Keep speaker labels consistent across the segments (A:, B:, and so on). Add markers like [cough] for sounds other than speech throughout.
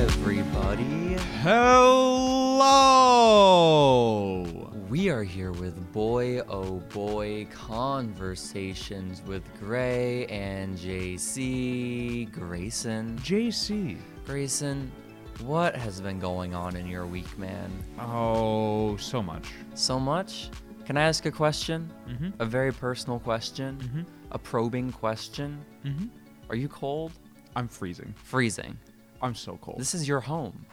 A: everybody.
B: Hello!
A: We are here with Boy Oh Boy Conversations with Gray and JC. Grayson.
B: JC.
A: Grayson, what has been going on in your week, man?
B: Oh, so much.
A: So much? Can I ask a question?
B: Mhm.
A: A very personal question? A probing question?
B: Mhm.
A: Are you cold?
B: I'm freezing.
A: Freezing.
B: I'm so cold.
A: This is your home.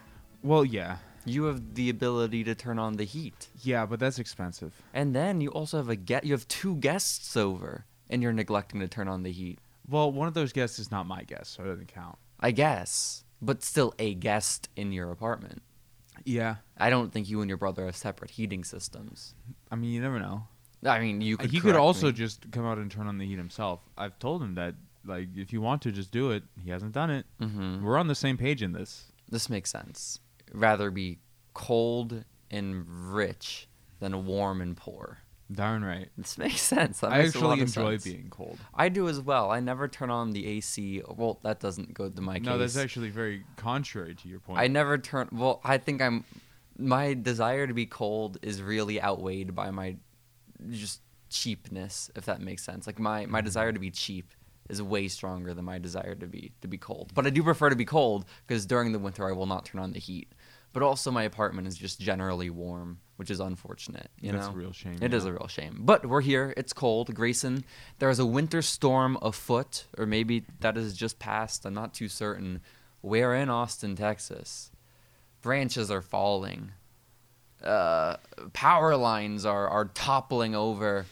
B: well, yeah.
A: You have the ability to turn on the heat.
B: Yeah, but that's expensive.
A: And then you also have a get you have two guests over and you're neglecting to turn on the heat.
B: Well, one of those guests is not my guest, so it doesn't count.
A: I guess, but still a guest in your apartment.
B: Yeah.
A: I don't think you and your brother have separate heating systems.
B: I mean, you never know.
A: I mean, you could
B: Uh, he could
A: correct
B: also
A: me.
B: just come out and turn on the heat himself. I've told him that, like, if you want to, just do it. He hasn't done it.
A: Mhm.
B: We're on the same page in this.
A: This makes sense. Rather be cold and rich than warm and poor.
B: Darn right.
A: This makes [laughs] sense. That
B: I
A: makes a lot
B: actually
A: of
B: enjoy
A: sense.
B: being cold.
A: I do as well. I never turn on the AC. Well, that doesn't go to my case.
B: No, that's actually very contrary to your point.
A: I never turn. Well, I think I'm. My desire to be cold is really outweighed by my just cheapness, if that makes sense. Like my
B: Mm-hmm.
A: my desire to be cheap is way stronger than my desire to be to be cold. But I do prefer to be cold because during the winter I will not turn on the heat. But also my apartment is just generally warm, which is unfortunate. You
B: That's
A: know?
B: a real shame,
A: It is
B: yeah.
A: a real shame. But we're here. It's cold, Grayson. There is a winter storm afoot, or maybe that has just passed. I'm not too certain. We're in Austin, Texas. Branches are falling. Uh, power lines are, are toppling over.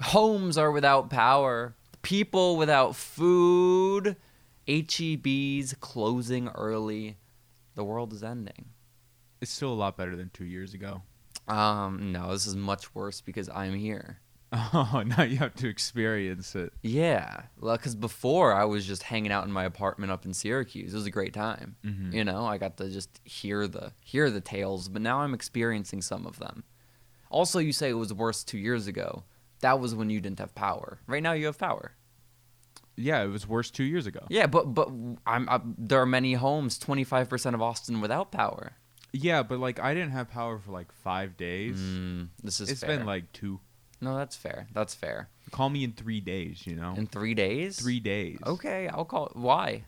A: Homes are without power. People without food. HEBs closing early. The world is ending.
B: It's still a lot better than two years ago.
A: Um, no, this is much worse because I'm here.
B: [laughs] Oh, now you have to experience it.
A: Yeah, because before I was just hanging out in my apartment up in Syracuse. It was a great time.
B: Mhm.
A: You know, I got to just hear the hear the tales, but now I'm experiencing some of them. Also, you say it was worse two years ago. That was when you didn't have power. Right now, you have power.
B: Yeah, it was worse two years ago.
A: Yeah, but but I'm, i there are many homes, 25% of Austin without power.
B: Yeah, but like I didn't have power for like five days.
A: Mm, this is
B: It's
A: fair.
B: been like two.
A: no, that's fair. That's fair.
B: Call me in three days. You know,
A: In Oh. three days.
B: three days.
A: Okay, I'll call. Why?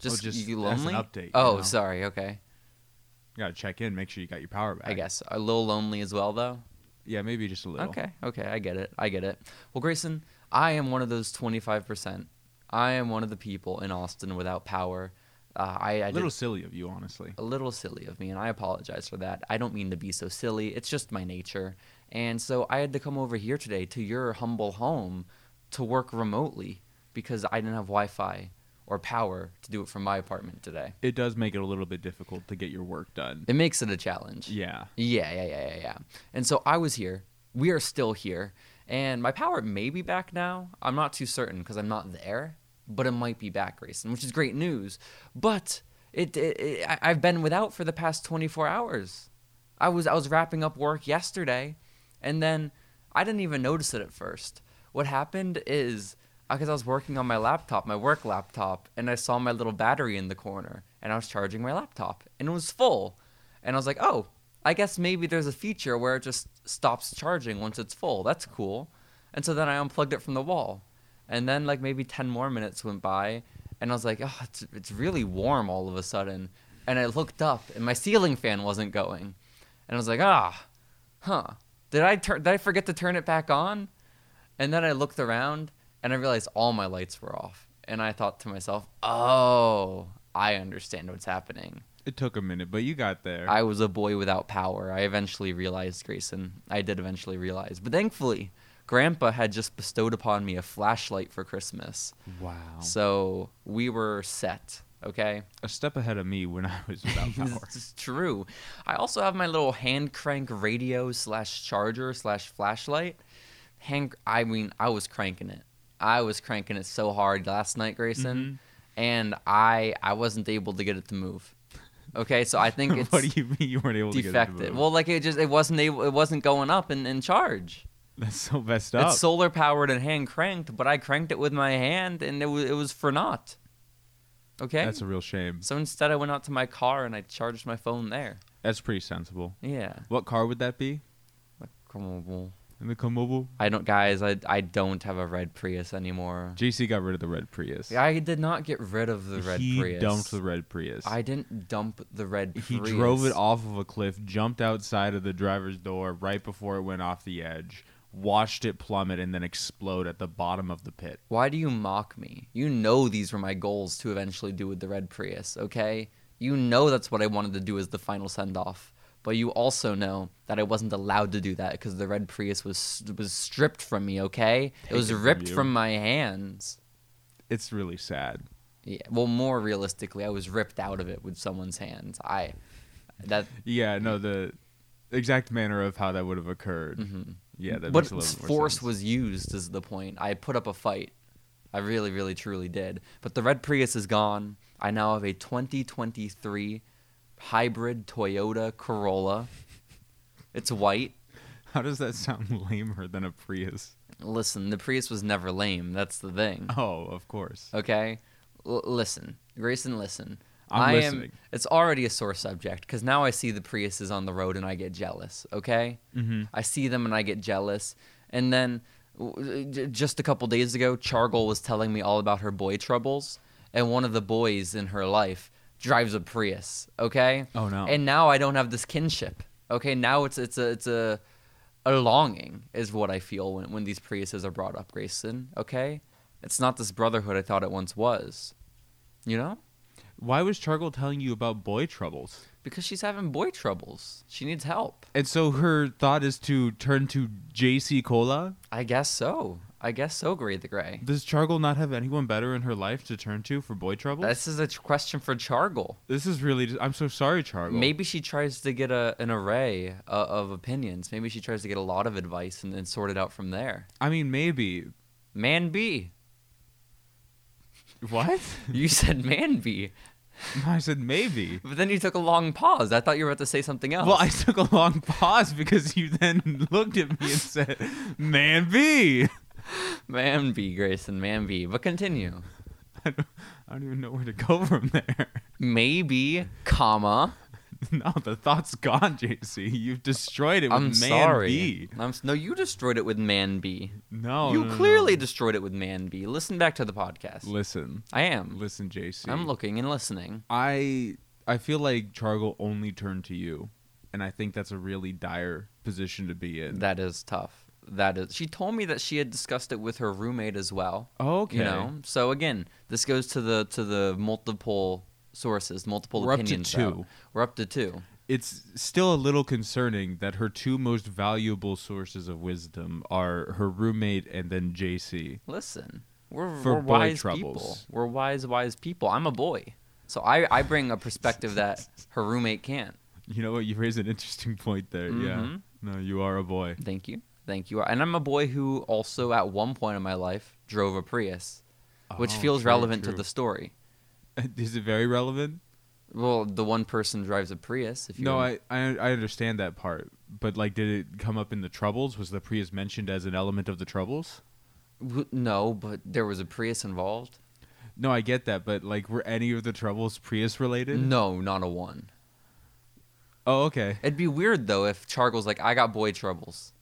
A: Just,
B: just
A: you
B: as an
A: lonely?
B: update, you
A: oh,
B: know.
A: sorry. Okay,
B: You gotta check in, make sure you got your power back.
A: I guess a little lonely as well, though.
B: Yeah, maybe just a little.
A: Okay, okay, I get it. I get it. Well, Grayson, I am one of those 25%. I am one of the people in Austin without power. Uh, I, I
B: A
A: did-
B: little silly of you, honestly.
A: a little silly of me, and I apologize for that. I don't mean to be so silly. It's just my nature. And so I had to come over here today to your humble home to work remotely because I didn't have Wi Fi or power to do it from my apartment today.
B: It does make it a little bit difficult to get your work done.
A: It makes it a challenge.
B: Yeah.
A: Yeah, yeah, yeah, yeah, yeah. And so I was here. We are still here. And my power may be back now. I'm not too certain because I'm not there, but it might be back, Grayson, which is great news. But it, it, it I- I've been without for the past 24 hours. I was I was wrapping up work yesterday, and then I didn't even notice it at first. What happened is because I was working on my laptop, my work laptop, and I saw my little battery in the corner, and I was charging my laptop, and it was full, and I was like, oh, I guess maybe there's a feature where it just stops charging once it's full. That's cool. And so then I unplugged it from the wall, and then like maybe 10 more minutes went by, and I was like, oh, it's, it's really warm all of a sudden. And I looked up, and my ceiling fan wasn't going. And I was like, ah, huh. Did I turn? Did I forget to turn it back on? And then I looked around and I realized all my lights were off. And I thought to myself, oh, I understand what's happening.
B: It took a minute, but you got there.
A: I was a boy without power. I eventually realized, Grayson. I did eventually realize. But thankfully, Grandpa had just bestowed upon me a flashlight for Christmas.
B: wow.
A: So we were set, okay?
B: A step ahead of me when I was
A: [laughs]
B: without [laughs] power.
A: It's true. I also have my little hand crank radio slash charger slash flashlight. Hand, I mean, I was cranking it. I was cranking it so hard last night, Grayson,
B: Mm-hmm.
A: and I I wasn't able to get it to move. Okay, so I think it's
B: [laughs] what do you mean you weren't able to get it to
A: defective.
B: move?
A: Well, like it just it wasn't able it wasn't going up in, in charge.
B: that's so messed up.
A: It's solar powered and hand cranked, but I cranked it with my hand and it was it was for naught. Okay.
B: That's a real shame.
A: so instead, I went out to my car and I charged my phone there.
B: That's pretty sensible.
A: Yeah.
B: What car would that be?
A: Like, come on, well.
B: In the Komobo?
A: I don't, guys. I I don't have a red Prius anymore.
B: JC got rid of the red Prius.
A: I did not get rid of the red
B: he
A: Prius.
B: dumped the red Prius.
A: I didn't dump the red
B: he
A: Prius.
B: drove it off of a cliff, jumped outside of the driver's door right before it went off the edge, watched it plummet, and then explode at the bottom of the pit.
A: Why do you mock me? You know these were my goals to eventually do with the red Prius, okay? You know that's what I wanted to do as the final send off. But you also know that I wasn't allowed to do that because the red Prius was was stripped from me, okay? it was
B: Taken from
A: ripped
B: you.
A: from my hands.
B: It's really sad.
A: Yeah, well, more realistically, I was ripped out of it with someone's hands. I that
B: Yeah, no, the exact manner of how that would have occurred.
A: Mhm.
B: Yeah, that
A: but
B: makes a little more
A: force
B: sense.
A: was used is the point. I put up a fight. I really, really, truly did. But the red Prius is gone. I now have a 2023 hybrid Toyota Corolla. It's white.
B: How does that sound [laughs] lamer than a Prius?
A: Listen, the Prius was never lame. That's the
B: [laughs]
A: thing.
B: Oh, of course.
A: Okay? L- listen, Grayson, listen.
B: I'm
A: I
B: listening.
A: Am, it's already a sore subject because now I see the Priuses on the road and I get jealous, okay?
B: Mm-hmm.
A: I see them and I get jealous. And then w- j- just a couple days ago, Chargal was telling me all about her boy troubles, and one of the boys in her life drives a Prius. Okay.
B: Oh, no.
A: And now I don't have this kinship. Okay. Now it's it's a it's a a longing is what I feel when when these Priuses are brought up, Grayson. Okay. It's not this brotherhood I thought it once was. You know.
B: Why was Chargal telling you about boy troubles?
A: Because she's having boy troubles. She needs help.
B: And so her thought is to turn to JC Cola?
A: I guess so. I guess so, Gray the Gray.
B: Does Chargal not have anyone better in her life to turn to for boy troubles?
A: This is a t- question for Chargal.
B: This is really. I'm so sorry, Chargal.
A: Maybe she tries to get a, an array uh, of opinions. Maybe she tries to get a lot of advice and then sort it out from there.
B: I mean maybe.
A: Man B.
B: What?
A: You [laughs] said man B,
B: [laughs] I
A: [laughs]
B: said maybe.
A: but then you took a long pause. I thought you were about to say something else.
B: Well, I took a long pause because you then [laughs] looked at me and said, "Man, B." [laughs]
A: Man B, Grayson, man B. But continue.
B: I don't, I don't even know where to go [laughs] from there.
A: Maybe, comma.
B: No, the thought's gone, JC. You've destroyed it with
A: I'm
B: man
A: sorry.
B: B.
A: I'm s- no, you destroyed it with man B.
B: No,
A: you
B: no, no,
A: clearly destroyed it with man B. Listen back to the podcast.
B: no. listen,
A: I am.
B: listen, JC.
A: I'm looking and listening.
B: I I feel like Chargal only turned to you, and I think that's a really dire position to be in.
A: That is tough. That is. She told me that she had discussed it with her roommate as well.
B: okay,
A: You know. So again, this goes to the to the multiple sources, multiple
B: We're up to
A: opinions.
B: two.
A: out. We're up to two.
B: it's still a little concerning that her two most valuable sources of wisdom are her roommate and then JC.
A: Listen, we're,
B: For
A: we're
B: boy
A: wise people.
B: troubles.
A: We're wise, wise people. I'm a boy, so I I bring a perspective that her roommate can't.
B: You know what? You raise an interesting point there. Yeah.
A: Mhm.
B: No, you are a boy.
A: Thank you, thank you. And I'm a boy who also at one point in my life drove a Prius, which
B: Oh,
A: feels
B: true,
A: relevant
B: true.
A: to the story.
B: [laughs] Is it very relevant?
A: Well, the one person drives a Prius. If you
B: No, I, I I understand that part, but like, did it come up in the troubles? Was the Prius mentioned as an element of the troubles?
A: W- No, but there was a Prius involved.
B: No, I get that, but like, were any of the troubles Prius related?
A: No, not a one.
B: Oh, okay.
A: It'd be weird though if Chargal's like, I got boy troubles.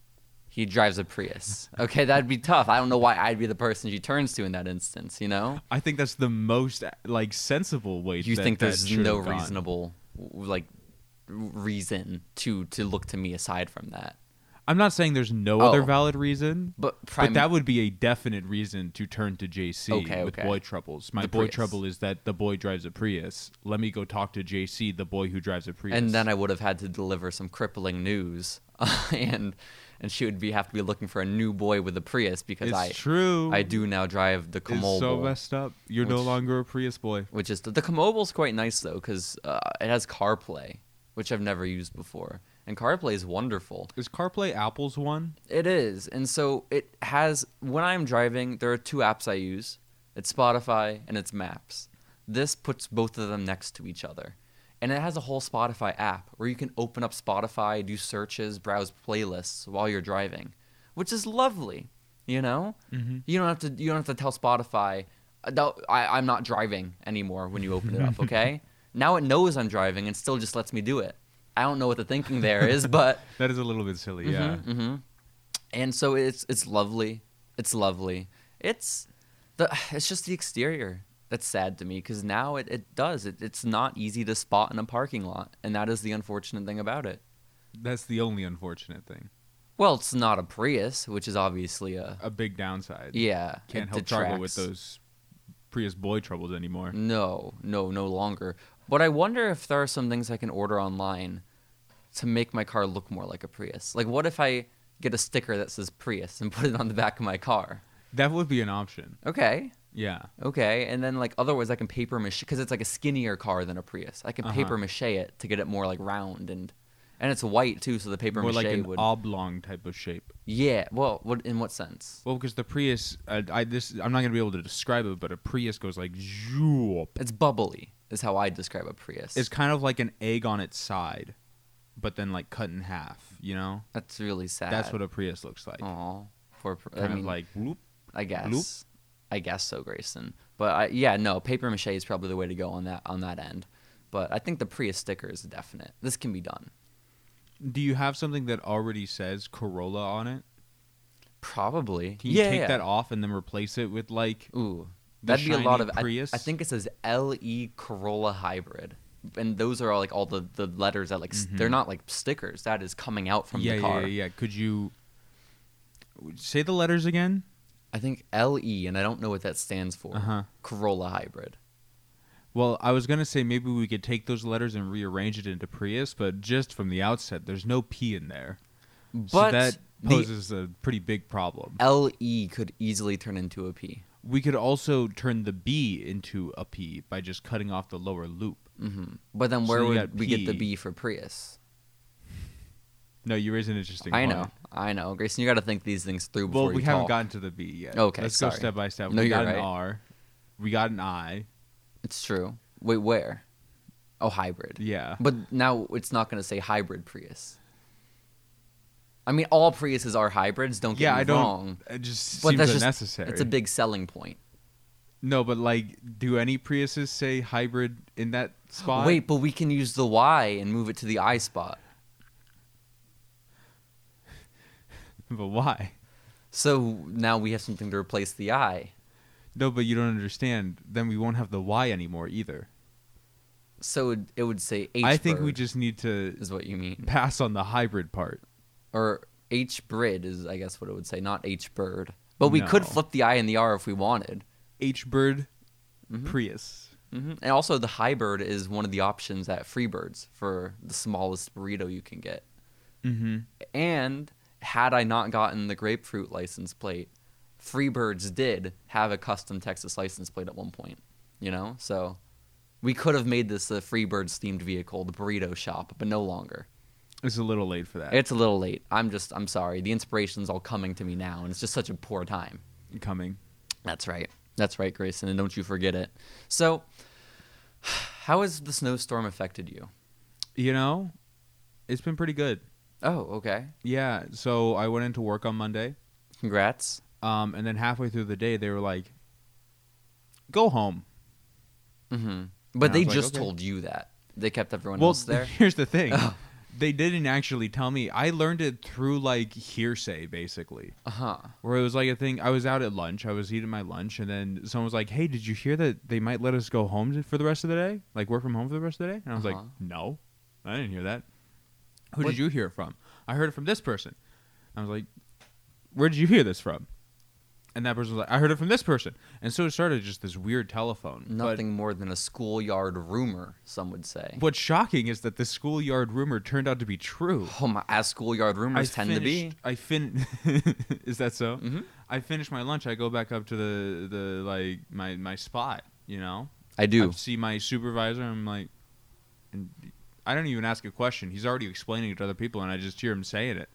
A: He drives a
B: [laughs]
A: Prius. Okay, that'd be tough. I don't know why I'd be the person she turns to in that instance. You know,
B: I think that's the most like sensible way.
A: you
B: that
A: think
B: that
A: there's
B: should
A: no
B: have gone.
A: reasonable w- like reason to to look to me aside from that.
B: I'm not saying there's no
A: Oh.
B: other valid reason,
A: But,
B: but that would be a definite reason to turn to JC
A: Okay,
B: with
A: okay.
B: boy troubles. My
A: The
B: boy
A: Prius.
B: trouble is that the boy drives a Prius. Let me go talk to JC, the boy who drives a Prius.
A: and then I would have had to deliver some crippling news, [laughs] and and she would be have to be looking for a new boy with a Prius because
B: it's
A: I
B: true.
A: I do now drive the
B: It's
A: Comobile.
B: so messed up. You're no
A: Which-
B: longer a Prius boy.
A: which is the Commobile's quite nice though because uh, it has CarPlay, which I've never used before, and CarPlay is wonderful.
B: Is CarPlay Apple's one?
A: It is, and so it has. When I'm driving, there are two apps I use: it's Spotify and it's Maps. This puts both of them next to each other, and it has a whole Spotify app where you can open up Spotify, do searches, browse playlists while you're driving, which is lovely. You know,
B: Mhm.
A: you don't have to. You don't have to tell Spotify Though I, I'm not driving anymore when you open it up, okay? now it knows I'm driving and still just lets me do it. I don't know what the thinking there is, but
B: That is a little bit silly,
A: Mhm,
B: yeah.
A: mhm. And so it's it's lovely. It's lovely. It's the it's just the exterior that's sad to me because now it, it does. It, it's not easy to spot in a parking lot, and that is the unfortunate thing about it.
B: That's the only unfortunate thing.
A: Well, it's not a Prius, which is obviously a
B: A big downside.
A: yeah. it
B: Can't help trouble with
A: detracts.
B: those Prius boy troubles anymore.
A: No, no, no longer. But I wonder if there are some things I can order online to make my car look more like a Prius. Like, what if I get a sticker that says Prius and put it on the back of my car?
B: That would be an option.
A: Okay.
B: Yeah.
A: Okay, and then like otherwise, I can paper mache because it's like a skinnier car than a Prius. I can
B: Uh-huh.
A: paper mache it to get it more like round and and it's white too, so the paper
B: More
A: mache
B: like an
A: would.
B: oblong type of shape.
A: yeah, well, what in what sense?
B: Well, because the Prius, I, I this I'm not gonna be able to describe it, but a Prius goes like zoop.
A: It's bubbly, is how I describe a Prius.
B: It's kind of like an egg on its side, but then like cut in half. You know,
A: That's really sad.
B: that's what a Prius looks like.
A: Aw, poor. Pri-
B: Kind
A: Oh, I mean,
B: of like whoop.
A: I guess.
B: Loop?
A: I guess so, Grayson. But I, yeah, no, paper mache is probably the way to go on that on that end. But I think the Prius sticker is definite. This can be done.
B: Do you have something that already says Corolla on it?
A: Probably.
B: Can you
A: yeah,
B: take
A: yeah.
B: that off and then replace it with like
A: Ooh,
B: The
A: that'd be a lot
B: shiny
A: of. I-
B: Prius?
A: I, think it says LE Corolla Hybrid, and those are all like all the the letters that like s they're not like stickers. That is coming out from
B: Mm-hmm. yeah,
A: the
B: yeah,
A: car.
B: yeah, yeah. Could you say the letters again?
A: I think LE, and I don't know what that stands for.
B: Uh-huh.
A: Corolla Hybrid.
B: Well, I was gonna say maybe we could take those letters and rearrange it into Prius, but just from the outset, there's no P in there.
A: But
B: so that
A: the
B: poses a pretty big problem.
A: LE E could easily turn into a P.
B: We could also turn the B into a P by just cutting off the lower loop.
A: Mm-hmm. But then
B: So
A: where
B: you got
A: would we get the
B: P.
A: B for Prius?
B: No, you raise an interesting.
A: I
B: point.
A: know, I know, Grayson. You got to think these things through before
B: Well, we
A: you
B: haven't
A: talk.
B: gotten to the B yet.
A: Okay,
B: let's go
A: sorry.
B: step by step.
A: No,
B: we
A: you're
B: got
A: right.
B: an R. We got an I.
A: It's true. Wait, where? Oh, hybrid.
B: Yeah.
A: But now it's not going to say hybrid Prius. I mean, all Priuses are hybrids. Don't get
B: yeah,
A: me
B: I don't.
A: wrong.
B: It just
A: But
B: seems
A: that's just
B: unnecessary.
A: It's a big selling point.
B: No, but like, do any Priuses say hybrid in that spot?
A: Wait, but we can use the Y and move it to the I spot.
B: but why?
A: So now we have something to replace the I.
B: No, but you don't understand. Then we won't have the Y anymore either.
A: So it, it would say H.
B: I think we
A: bird
B: just need to
A: is what you mean,
B: pass on the hybrid part.
A: or H. Brid is I guess what it would say, not H. Bird. But we could
B: No.
A: flip the I and the R if we wanted.
B: H bird,
A: Mhm.
B: Prius.
A: hmm And also, the high bird is one of the options at Freebirds for the smallest burrito you can get.
B: Mm-hmm.
A: And had I not gotten the grapefruit license plate, Freebirds did have a custom Texas license plate at one point, you know? So we could have made this a Freebirds themed vehicle, the burrito shop, but no longer.
B: It's a little late for that.
A: It's a little late. I'm just, I'm sorry. The inspiration's all coming to me now, and it's just such a poor time.
B: coming.
A: That's right. That's right, Grayson, and don't you forget it. So, [sighs] how has the snowstorm affected you?
B: You know, it's been pretty good.
A: Oh, okay.
B: Yeah. So I went into work on Monday,
A: Congrats.
B: um, and then halfway through the day, they were like, "Go home."
A: hmm But
B: I
A: they
B: was like,
A: just
B: okay.
A: told you that. They kept everyone
B: well, [laughs]
A: else there.
B: here's the thing.
A: Oh.
B: They didn't actually tell me. I learned it through like hearsay, basically.
A: Uh huh.
B: Where it was like a thing. I was out at lunch. I was eating my lunch, and then someone was like, "Hey, did you hear that they might let us go home to- for the rest of the day? Like work from home for the rest of the day?" And I was
A: Uh-huh.
B: like, "No, I didn't hear that. Who
A: What-
B: did you hear it from? I heard it from this person." I was like, "Where did you hear this from?" And that person was like, "I heard it from this person." And so it started just this weird telephone. But
A: Nothing more than a schoolyard rumor, some would say.
B: What's shocking is that the schoolyard rumor turned out to be true.
A: Oh my! As schoolyard rumors tend to be.
B: finished- I fin. [laughs] is that so?
A: Mhm.
B: I finish my lunch. I go back up to the the like my my spot. You know,
A: I
B: I
A: do.
B: see my supervisor. I'm like, and I don't even ask a question. He's already explaining it to other people, and I just hear him saying it.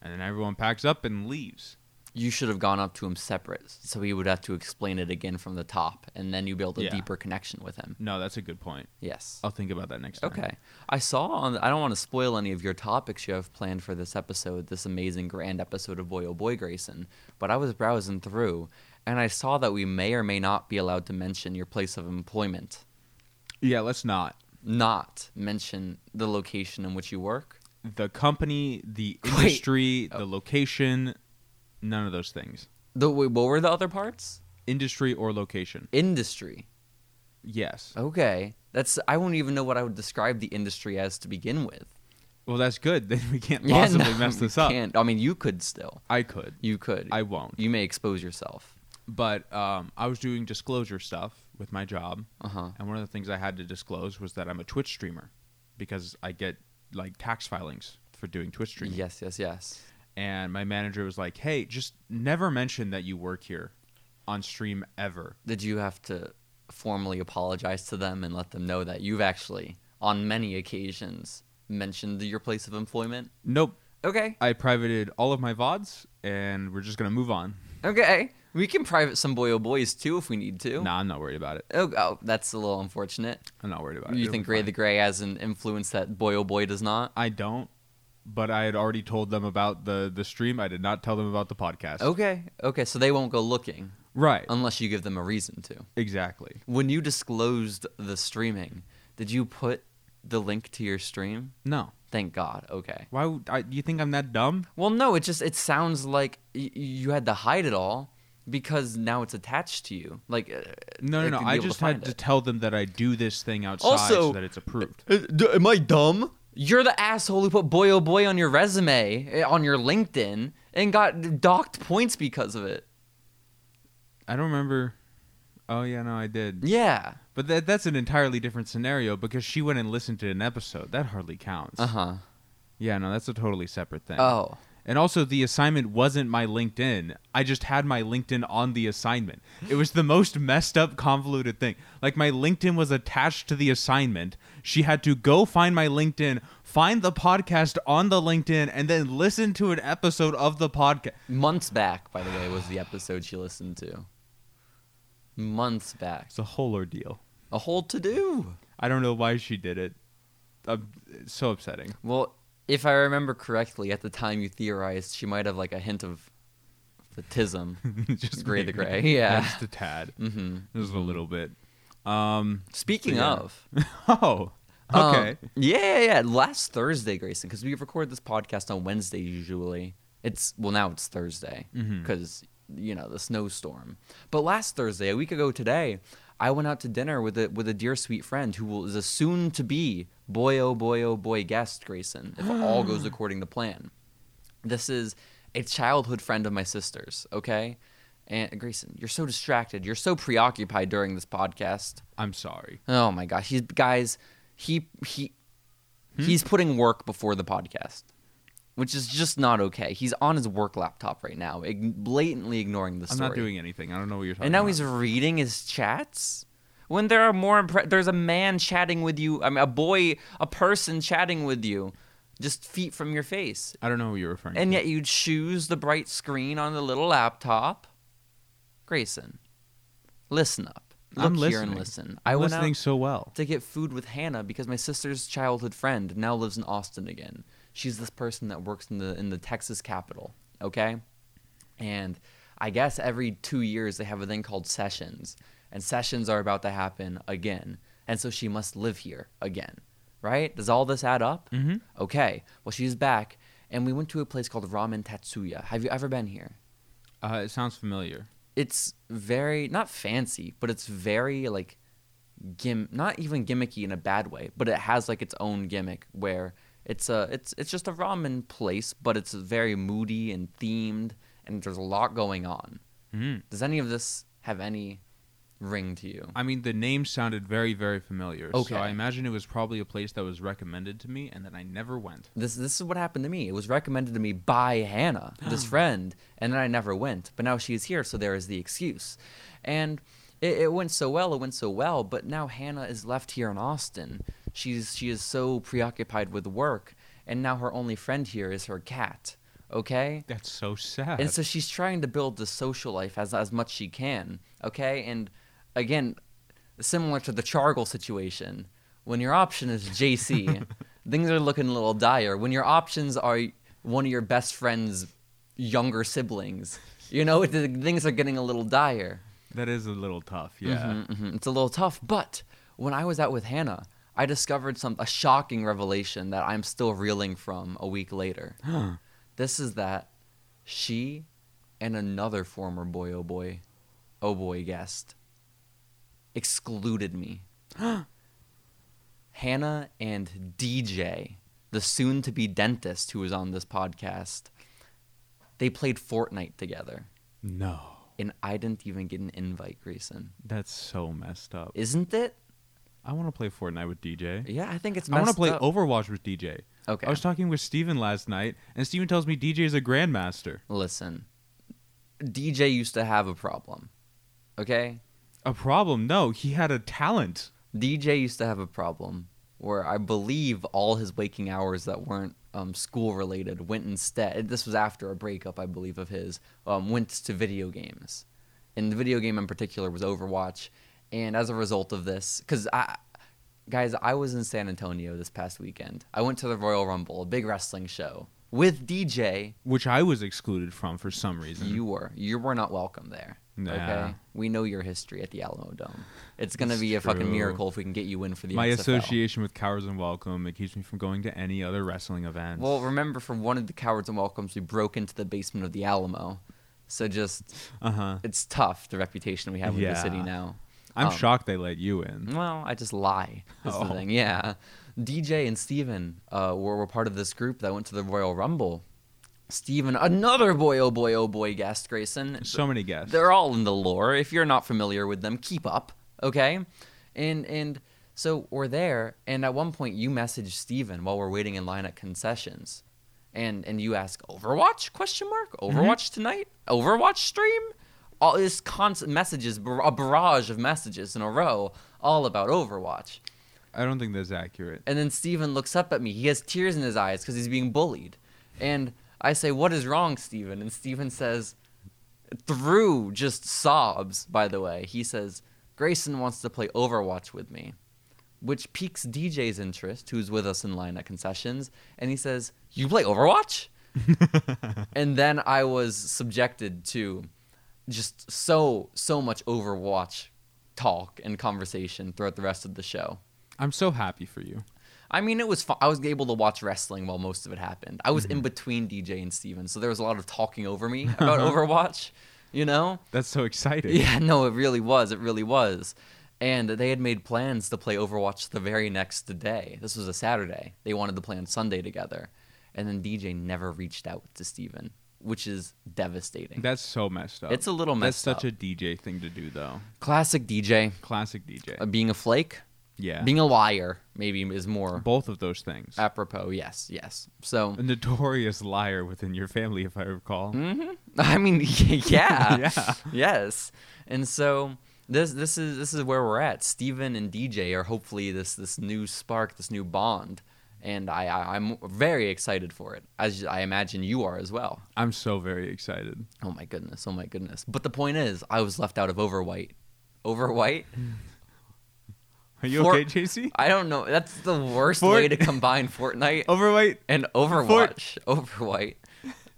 B: And then everyone packs up and leaves.
A: You should have gone up to him separate, so he would have to explain it again from the top, and then you build a
B: Yeah. Oh,
A: deeper connection with him.
B: No, that's a good point.
A: Yes.
B: I'll think about that next time.
A: Okay. I saw on. I don't want to spoil any of your topics you have planned for this episode, this amazing grand episode of Boy Oh Boy Grayson. But I was browsing through, and I saw that we may or may not be allowed to mention your place of employment,
B: Yeah, let's not.
A: not mention the location in which you work.
B: The company, the
A: Wait.
B: industry,
A: Oh.
B: the location, none of those things.
A: The wait, what were the other parts?
B: Industry or location.
A: Industry.
B: Yes.
A: Oh. Okay, that's I won't even know what I would describe the industry as to begin with.
B: Well, that's good. [laughs] Then we can't
A: Yeah,
B: possibly
A: no,
B: mess
A: we
B: this up.
A: can't. I mean, you could still.
B: I could.
A: You could.
B: I won't.
A: You may expose yourself.
B: But um, I was doing disclosure stuff with my job,
A: Uh huh.
B: and one of the things I had to disclose was that I'm a Twitch streamer because I get like tax filings for doing Twitch streaming.
A: Yes, yes, yes.
B: And my manager was like, "Hey, just never mention that you work here on stream ever."
A: Did you have to formally apologize to them and let them know that you've actually, on many occasions, mentioned your place of employment?
B: Nope.
A: Okay,
B: I privated all of my vods, and we're just gonna move on.
A: okay. We can private some boy oh boys too if we need to.
B: Nah, I'm not worried about it.
A: Oh, oh, that's a little unfortunate.
B: I'm not worried about it.
A: You
B: Uh, It'll
A: think
B: be
A: Ray
B: fine.
A: the Gray has an influence that boy oh boy does not?
B: I don't, but I had already told them about the the stream. I did not tell them about the podcast.
A: Okay, okay. So they won't go looking
B: Right.
A: unless you give them a reason to.
B: exactly.
A: When you disclosed the streaming, did you put the link to your stream?
B: No.
A: Thank God. Okay.
B: Why would I, you think I'm that dumb?
A: Well, no, it just it sounds like y- you had to hide it all because now it's attached to you. Like uh,
B: No,
A: it could
B: no, no.
A: be
B: I
A: able to
B: just
A: find
B: had to
A: it.
B: tell them that I do this thing outside
A: Also-
B: so that it's approved.
A: am I dumb? You're the asshole who put boy oh boy on your resume, eh, on your LinkedIn, and got docked points because of it.
B: I don't remember. Oh yeah, no, I did.
A: Yeah.
B: But that that's an entirely different scenario because she went and listened to an episode. That hardly counts.
A: Uh huh.
B: Yeah, no, that's a totally separate thing.
A: Oh.
B: And also, the assignment wasn't my LinkedIn. I just had my LinkedIn on the assignment. It was the most messed up, convoluted thing. Like, my LinkedIn was attached to the assignment. She had to go find my LinkedIn, find the podcast on the LinkedIn, and then listen to an episode of the podcast.
A: Months back, by the way, was the episode she listened to. Months back.
B: It's a whole ordeal.
A: A whole to do.
B: I don't know why she did it. Um, it's so upsetting. [laughs]
A: Well, if I remember correctly, at the time you theorized she might have like a hint of autism. [laughs]
B: just
A: Gray the
B: maybe.
A: Gray, yeah.
B: Just
A: [laughs]
B: a tad.
A: hmm
B: Just a little bit. [laughs] Um,
A: Speaking
B: Yeah.
A: of,
B: oh,
A: um,
B: okay.
A: yeah, yeah, yeah. Last Thursday, Grayson, because we record this podcast on Wednesday usually. It's well now it's Thursday
B: Mhm.
A: because you know the snowstorm. But last Thursday, a week ago today, I went out to dinner with a with a dear sweet friend who will, is a soon to be boy oh boy oh boy guest, Grayson, if all goes according to plan. This is a childhood friend of my sister's. Okay, and Grayson, you're so distracted. You're so preoccupied during this podcast.
B: I'm sorry.
A: Oh my gosh, he's guys, he he
B: Hmm?
A: he's putting work before the podcast, which is just not okay. He's on his work laptop right now, ign blatantly ignoring the
B: I'm
A: story.
B: not doing anything. I don't know what you're talking
A: and now
B: about.
A: he's reading his chats. When there are more, impre- there's a man chatting with you. I mean, a boy, a person chatting with you, just feet from your face,
B: I don't know who you're referring
A: and
B: to.
A: yet you choose the bright screen on the little laptop. Grayson, listen up. Look
B: I'm
A: here and
B: listening.
A: listen.
B: I'm
A: went out-
B: listening so well.
A: to get food with Hannah because my sister's childhood friend now lives in Austin again. She's this person that works in the in the Texas Capitol, okay? And I guess every 2 years they have a thing called sessions, and sessions are about to happen again. And so she must live here again, right? Does all this add up?
B: Mhm.
A: Okay. Well, she's back and we went to a place called Ramen Tatsuya. Have you ever been here?
B: Uh, it sounds familiar.
A: it's very not fancy, but it's very like gim not even gimmicky in a bad way, but it has like its own gimmick where it's a it's it's just a ramen place, but it's very moody and themed and there's a lot going on.
B: Mm.
A: Does any of this have any ring to you?
B: I mean, the name sounded very, very familiar.
A: Okay.
B: So I imagine it was probably a place that was recommended to me, and then I never went.
A: This this is what happened to me. It was recommended to me by Hannah, this friend, and then I never went. But now she's here, so there is the excuse. And it, it went so well, it went so well, but now Hannah is left here in Austin. She's she is so preoccupied with work, and now her only friend here is her cat. Okay?
B: That's so sad.
A: and so she's trying to build the social life as as much she can okay and again similar to the chargal situation when your option is jc things are looking a little dire when your options are one of your best friend's younger siblings. You know, it, things are getting a little dire.
B: That is a little tough. Yeah.
A: Mhm, mhm. It's a little tough, but when I was out with Hannah, I discovered some a shocking revelation that I'm still reeling from a week later. This is that she and another former boy oh boy oh boy guest excluded me. Hannah and DJ, the soon to be dentist who was on this podcast, they played Fortnite together.
B: [gasps] No.
A: And I didn't even get an invite, Grayson.
B: That's so messed up.
A: Isn't it?
B: I want to play Fortnite with DJ.
A: Yeah, I think it's.
B: I want to
A: messed
B: play
A: up.
B: Overwatch with DJ.
A: Okay.
B: I was talking with Steven last night, and Steven tells me DJ is a grandmaster.
A: Listen, DJ used to have a problem. Okay,
B: A problem? No, he had a talent.
A: DJ used to have a problem where I believe all his waking hours that weren't um, school related went instead. This was after a breakup, I believe, of his. Um, went to video games, and the video game in particular was Overwatch. And as a result of this, because I, guys, I was in San Antonio this past weekend. I went to the Royal Rumble, a big wrestling show with DJ.
B: which I was excluded from for some reason.
A: You were. You were not welcome there.
B: Mm-hmm. Nah.
A: Okay. We know your history at the Alamo Dome. It's gonna
B: It's
A: be a fucking
B: true.
A: miracle if we can get you in for the
B: My
A: XFL.
B: association with Cowards and Welcome it keeps me from going to any other wrestling events.
A: Well, remember from one of the cowards and welcomes, we broke into the basement of the Alamo. So just,
B: uh huh.
A: it's tough the reputation we have with the city
B: Yeah.
A: now.
B: I'm
A: um, Mm-hmm.
B: shocked they let you in.
A: Well, I just lie. Is the
B: Oh.
A: thing. Yeah. DJ and Steven uh, were, were part of this group that went to the Royal Rumble. Steven, another boy, oh boy, oh boy, guest, Grayson.
B: So many guests.
A: They're all in the lore. If you're not familiar with them, keep up, okay? And and so we're there, and at one point you message Steven while we're waiting in line at concessions, and and you ask Overwatch question mark Overwatch tonight Overwatch stream, all this constant messages bar- a barrage of messages in a row all about Overwatch,
B: I don't think that's accurate.
A: and then Steven looks up at me. He has tears in his eyes because he's being bullied. And I say, What is wrong, Steven? And Steven says, through just sobs, by the way, he says, Grayson wants to play Overwatch with me, which piques DJ's interest, who's with us in line at concessions. And he says, You play Overwatch? and then I was subjected to just so, so much Overwatch talk and conversation throughout the rest of the show.
B: I'm so happy for you.
A: I mean, it was fun. I was able to watch wrestling while most of it happened. I was in between DJ and Steven, so there was a lot of talking over me about Overwatch, you know?
B: That's so exciting.
A: Yeah, no, it really was. It really was. And they had made plans to play Overwatch the very next day. This was a Saturday. They wanted to play on Sunday together. And then DJ never reached out to Steven, which is devastating.
B: [laughs] That's so messed up.
A: It's a little
B: That's
A: messed up.
B: such a DJ thing to do, though.
A: Classic DJ,
B: Classic DJ.
A: uh, being a flake,
B: yeah.
A: being a liar, maybe is more
B: Both of those things.
A: apropos. Yes, yes. So.
B: a notorious liar within your family, if I recall.
A: Hmm? [laughs] I mean, yeah,
B: [laughs] Yeah.
A: yes. And so this this is this is where we're at. Steven and DJ are hopefully this this new spark, this new bond, and I, I I'm very excited for it, as I imagine you are as well.
B: I'm so very excited.
A: Oh my goodness, oh my goodness. But the point is, I was left out of Overwhite. Overwhite?
B: Are you
A: For- [laughs]
B: okay, JC?
A: I don't know. That's the worst
B: Fort-
A: way to combine Fortnite
B: Overweight? [laughs]
A: and Overwatch. Overwhite.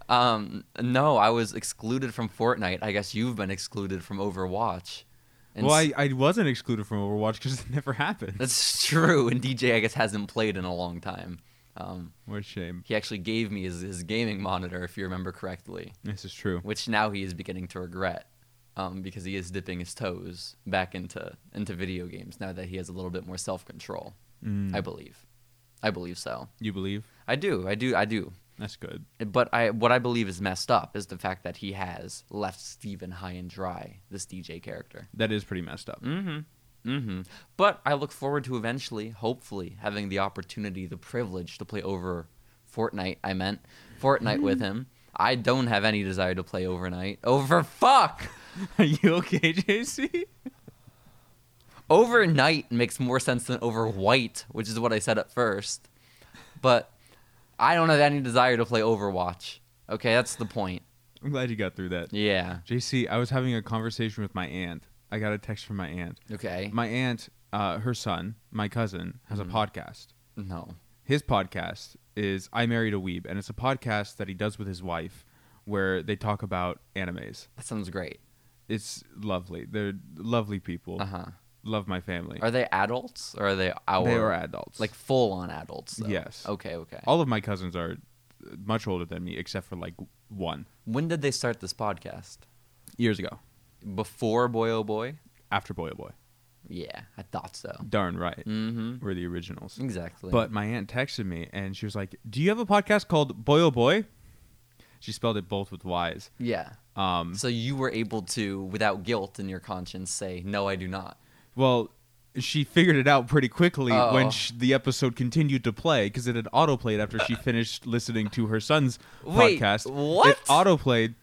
A: Um, no, I was excluded from Fortnite. I guess you've been excluded from Overwatch. And
B: well,
A: s-
B: I, I wasn't excluded from Overwatch because it [laughs] never happened.
A: That's [laughs] true. And DJ, I guess, hasn't played in a long time. Um,
B: What a shame.
A: he actually gave me his, his gaming monitor, if you remember correctly,
B: This is true.
A: which now he is beginning to regret um, because he is dipping his toes back into, into video games now that he has a little bit more self control,
B: Mm.
A: I believe. I believe so.
B: You believe?
A: I do. I do. I do.
B: That's good.
A: But I, what I believe is messed up is the fact that he has left Steven high and dry, this DJ character.
B: That is pretty messed up.
A: Mm-hmm. Mm-hmm. But I look forward to eventually, hopefully, having the opportunity, the privilege to play over Fortnite. I meant Fortnite with him. I don't have any desire to play overnight. Over fuck.
B: [laughs] Are you okay, [laughs] JC?
A: Overnight makes more sense than over white, which is what I said at first. But I don't have any desire to play Overwatch. Okay, that's the point.
B: I'm glad you got through that.
A: Yeah.
B: JC, I was having a conversation with my aunt. I got a text from my aunt.
A: Okay.
B: My aunt, uh, her son, my cousin, has
A: Mm-hmm.
B: a podcast.
A: No.
B: His podcast is I Married a Weeb, and it's a podcast that he does with his wife where they talk about animes.
A: That sounds great.
B: It's lovely. They're lovely people.
A: Uh huh.
B: Love my family.
A: Are they adults or are they our
B: they are adults.
A: like full on adults? Though?
B: Yes.
A: Okay. Okay.
B: all of my cousins are much older than me, except for like one
A: When did they start this podcast?
B: years ago.
A: Before Boy Oh Boy.
B: After Boy Oh Boy,
A: Yeah, I thought so.
B: darn right,
A: Mm-hmm.
B: we're the originals.
A: Exactly.
B: But my aunt texted me and she was like, "Do you have a podcast called Boy Oh Boy?" She spelled it both with Y's.
A: yeah.
B: Um,
A: So you were able to, without guilt in your conscience, say, "No, I do not." [laughs]
B: well, she figured it out pretty quickly
A: Oh.
B: when sh the episode continued to play because it had autoplayed after
A: [laughs]
B: she finished listening to her son's
A: Wait,
B: podcast.
A: what?
B: It autoplayed,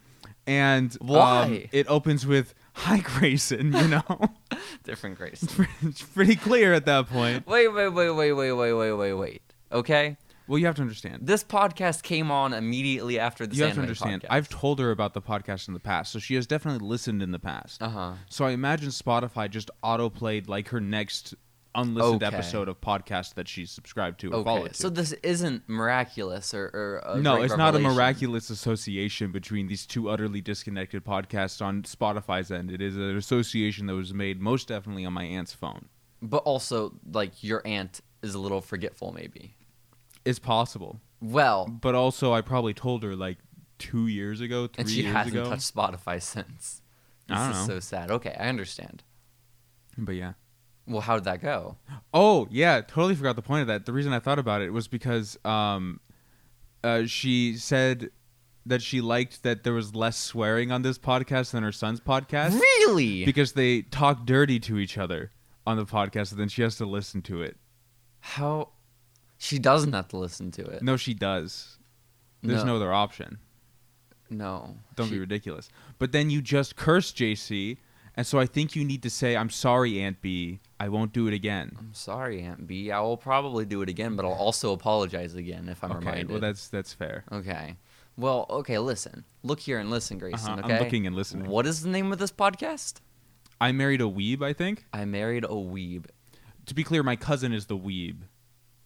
B: and um,
A: Why?
B: it opens with [laughs] "Hi Grayson," you know. [laughs]
A: Different grace.
B: it's pretty clear at that point.
A: wait, wait, wait, wait, wait, wait, wait, wait, wait. Okay,
B: Well, you have to understand.
A: this podcast came on immediately after this.
B: You have to
A: anime
B: understand.
A: podcast.
B: I've told her about the podcast in the past, so she has definitely listened in the past.
A: Uh-huh.
B: So I imagine Spotify just autoplayed like her next unlisted
A: Okay.
B: episode of podcast that she's subscribed to or
A: Okay,
B: followed to.
A: so this isn't miraculous or, or a
B: no,
A: great
B: it's not a
A: revelation.
B: miraculous association between these two utterly disconnected podcasts on Spotify's end. It is an association that was made most definitely on my aunt's phone.
A: But also, like your aunt is a little forgetful, maybe.
B: It's possible,
A: Well,
B: but also I probably told her like two years ago, three
A: and she
B: years
A: hasn't
B: ago.
A: touched Spotify [laughs] since.
B: I
A: This
B: don't
A: is
B: know.
A: so sad. Okay, I understand.
B: But yeah.
A: Well, how did that go?
B: Oh yeah, totally forgot the point of that. The reason I thought about it was because um, uh, she said that she liked that there was less swearing on this podcast than her son's podcast
A: Really?
B: because they talk dirty to each other on the podcast, and then she has to listen to it.
A: how? She doesn't have to listen to it.
B: No, she does. There's
A: No.
B: no, other option.
A: No.
B: Don't
A: she-
B: be ridiculous. But then you just curse JC, and so I think you need to say, "I'm sorry, Aunt B. I won't do it again."
A: I'm sorry, Aunt B. I will probably do it again, but I'll also apologize again if I'm
B: okay.
A: reminded.
B: Well, that's that's fair.
A: okay. Well, okay. Listen, look here and listen, Grayson.
B: Uh-huh, I'm
A: Okay.
B: looking and listening.
A: What is the name of this podcast?
B: I married a weeb, I think.
A: I married a weeb.
B: to be clear, my cousin is the weeb.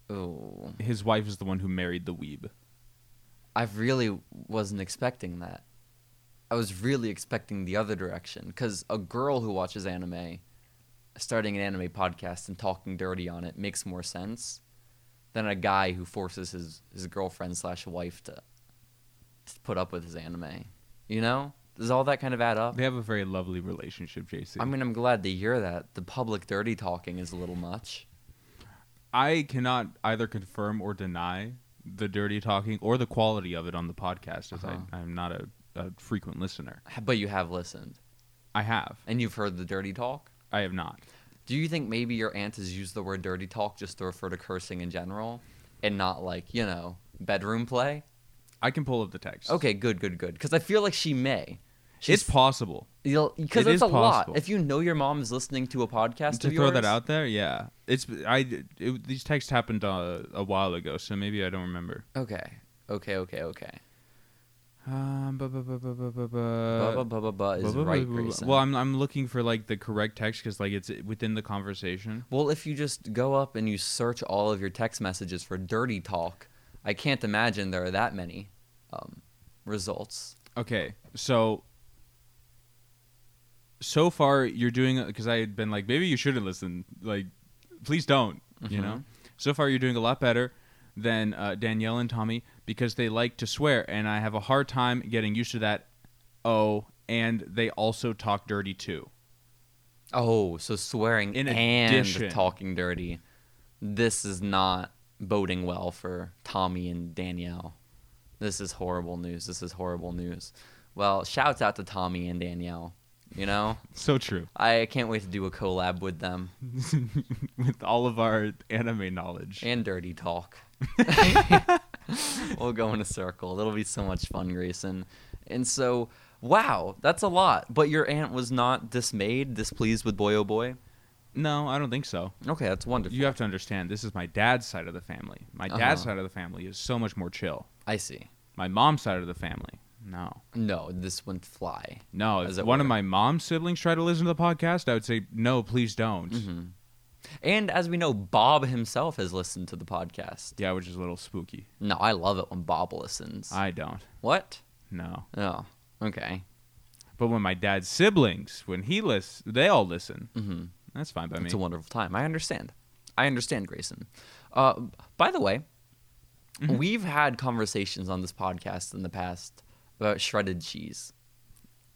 A: Oh,
B: His wife is the one who married the weeb.
A: I really wasn't expecting that. I was really expecting the other direction because a girl who watches anime, starting an anime podcast and talking dirty on it makes more sense than a guy who forces his his girlfriend slash wife to, to put up with his anime. You know, does all that kind of add up?
B: They have a very lovely relationship, JC.
A: I mean, I'm glad to hear that the public dirty talking is a little much.
B: I cannot either confirm or deny the dirty talking or the quality of it on the podcast, as
A: Uh-huh.
B: I, I'm not a, a frequent listener.
A: But you have listened
B: I have.
A: and you've heard the dirty talk.
B: I have not.
A: Do you think maybe your aunt has used the word dirty talk just to refer to cursing in general and not like, you know, bedroom play?
B: I can pull up the text.
A: Okay, good, good, good. Because I feel like she may.
B: it's possible
A: Because
B: it
A: it's
B: is
A: a
B: possible.
A: lot. If you know your mom is listening to a podcast
B: to
A: of
B: throw
A: yours,
B: that out there. Yeah, it's I. It, these texts happened uh, a while ago, so maybe I don't remember.
A: Okay, okay, okay, okay.
B: Um, bu- bu- bu- bu- bu- bu- bu-
A: Blah blah blah blah blah is
B: Blah, blah,
A: right,
B: blah, blah, blah.
A: Grayson.
B: Well, I'm I'm looking for like the correct text because like it's within the conversation.
A: Well, if you just go up and you search all of your text messages for dirty talk, I can't imagine there are that many um, results.
B: Okay, so so far you're doing because I had been like maybe you shouldn't listen. Like, please don't. You know. So far you're doing a lot better than uh, Danielle and Tommy because they like to swear, and I have a hard time getting used to that. Oh, and they also talk dirty too.
A: Oh, so swearing
B: In
A: and
B: addition.
A: talking dirty. This is not boding well for Tommy and Danielle. This is horrible news. This is horrible news. Well, shouts out to Tommy and Danielle. You know,
B: So true.
A: I can't wait to do a collab with them
B: [laughs] With all of our anime knowledge.
A: and dirty
B: [laughs]
A: talk. we'll go in a circle. It'll be so much fun, Grayson. And so, wow, that's a lot. But your aunt was not dismayed, displeased with Boy Oh Boy.
B: no, I don't think so.
A: Okay, that's wonderful.
B: You have to understand, this is my dad's side of the family. My
A: Uh-huh.
B: dad's side of the family is so much more chill.
A: I see.
B: My mom's side of the family, no.
A: No, this wouldn't fly.
B: No, if
A: As it
B: one of
A: were.
B: my mom's siblings tried to listen to the podcast, I would say, no, please don't.
A: Mm-hmm. And as we know, Bob himself has listened to the podcast.
B: Yeah, which is a little spooky.
A: No, I love it when Bob listens.
B: I don't.
A: what?
B: No.
A: Oh, okay.
B: But when my dad's siblings, when he lists, they all listen. Mm-hmm. That's fine by
A: It's a
B: me.
A: wonderful time. I understand. I understand, Grayson. Uh, by the way, we've had conversations on this podcast in the past about shredded cheese.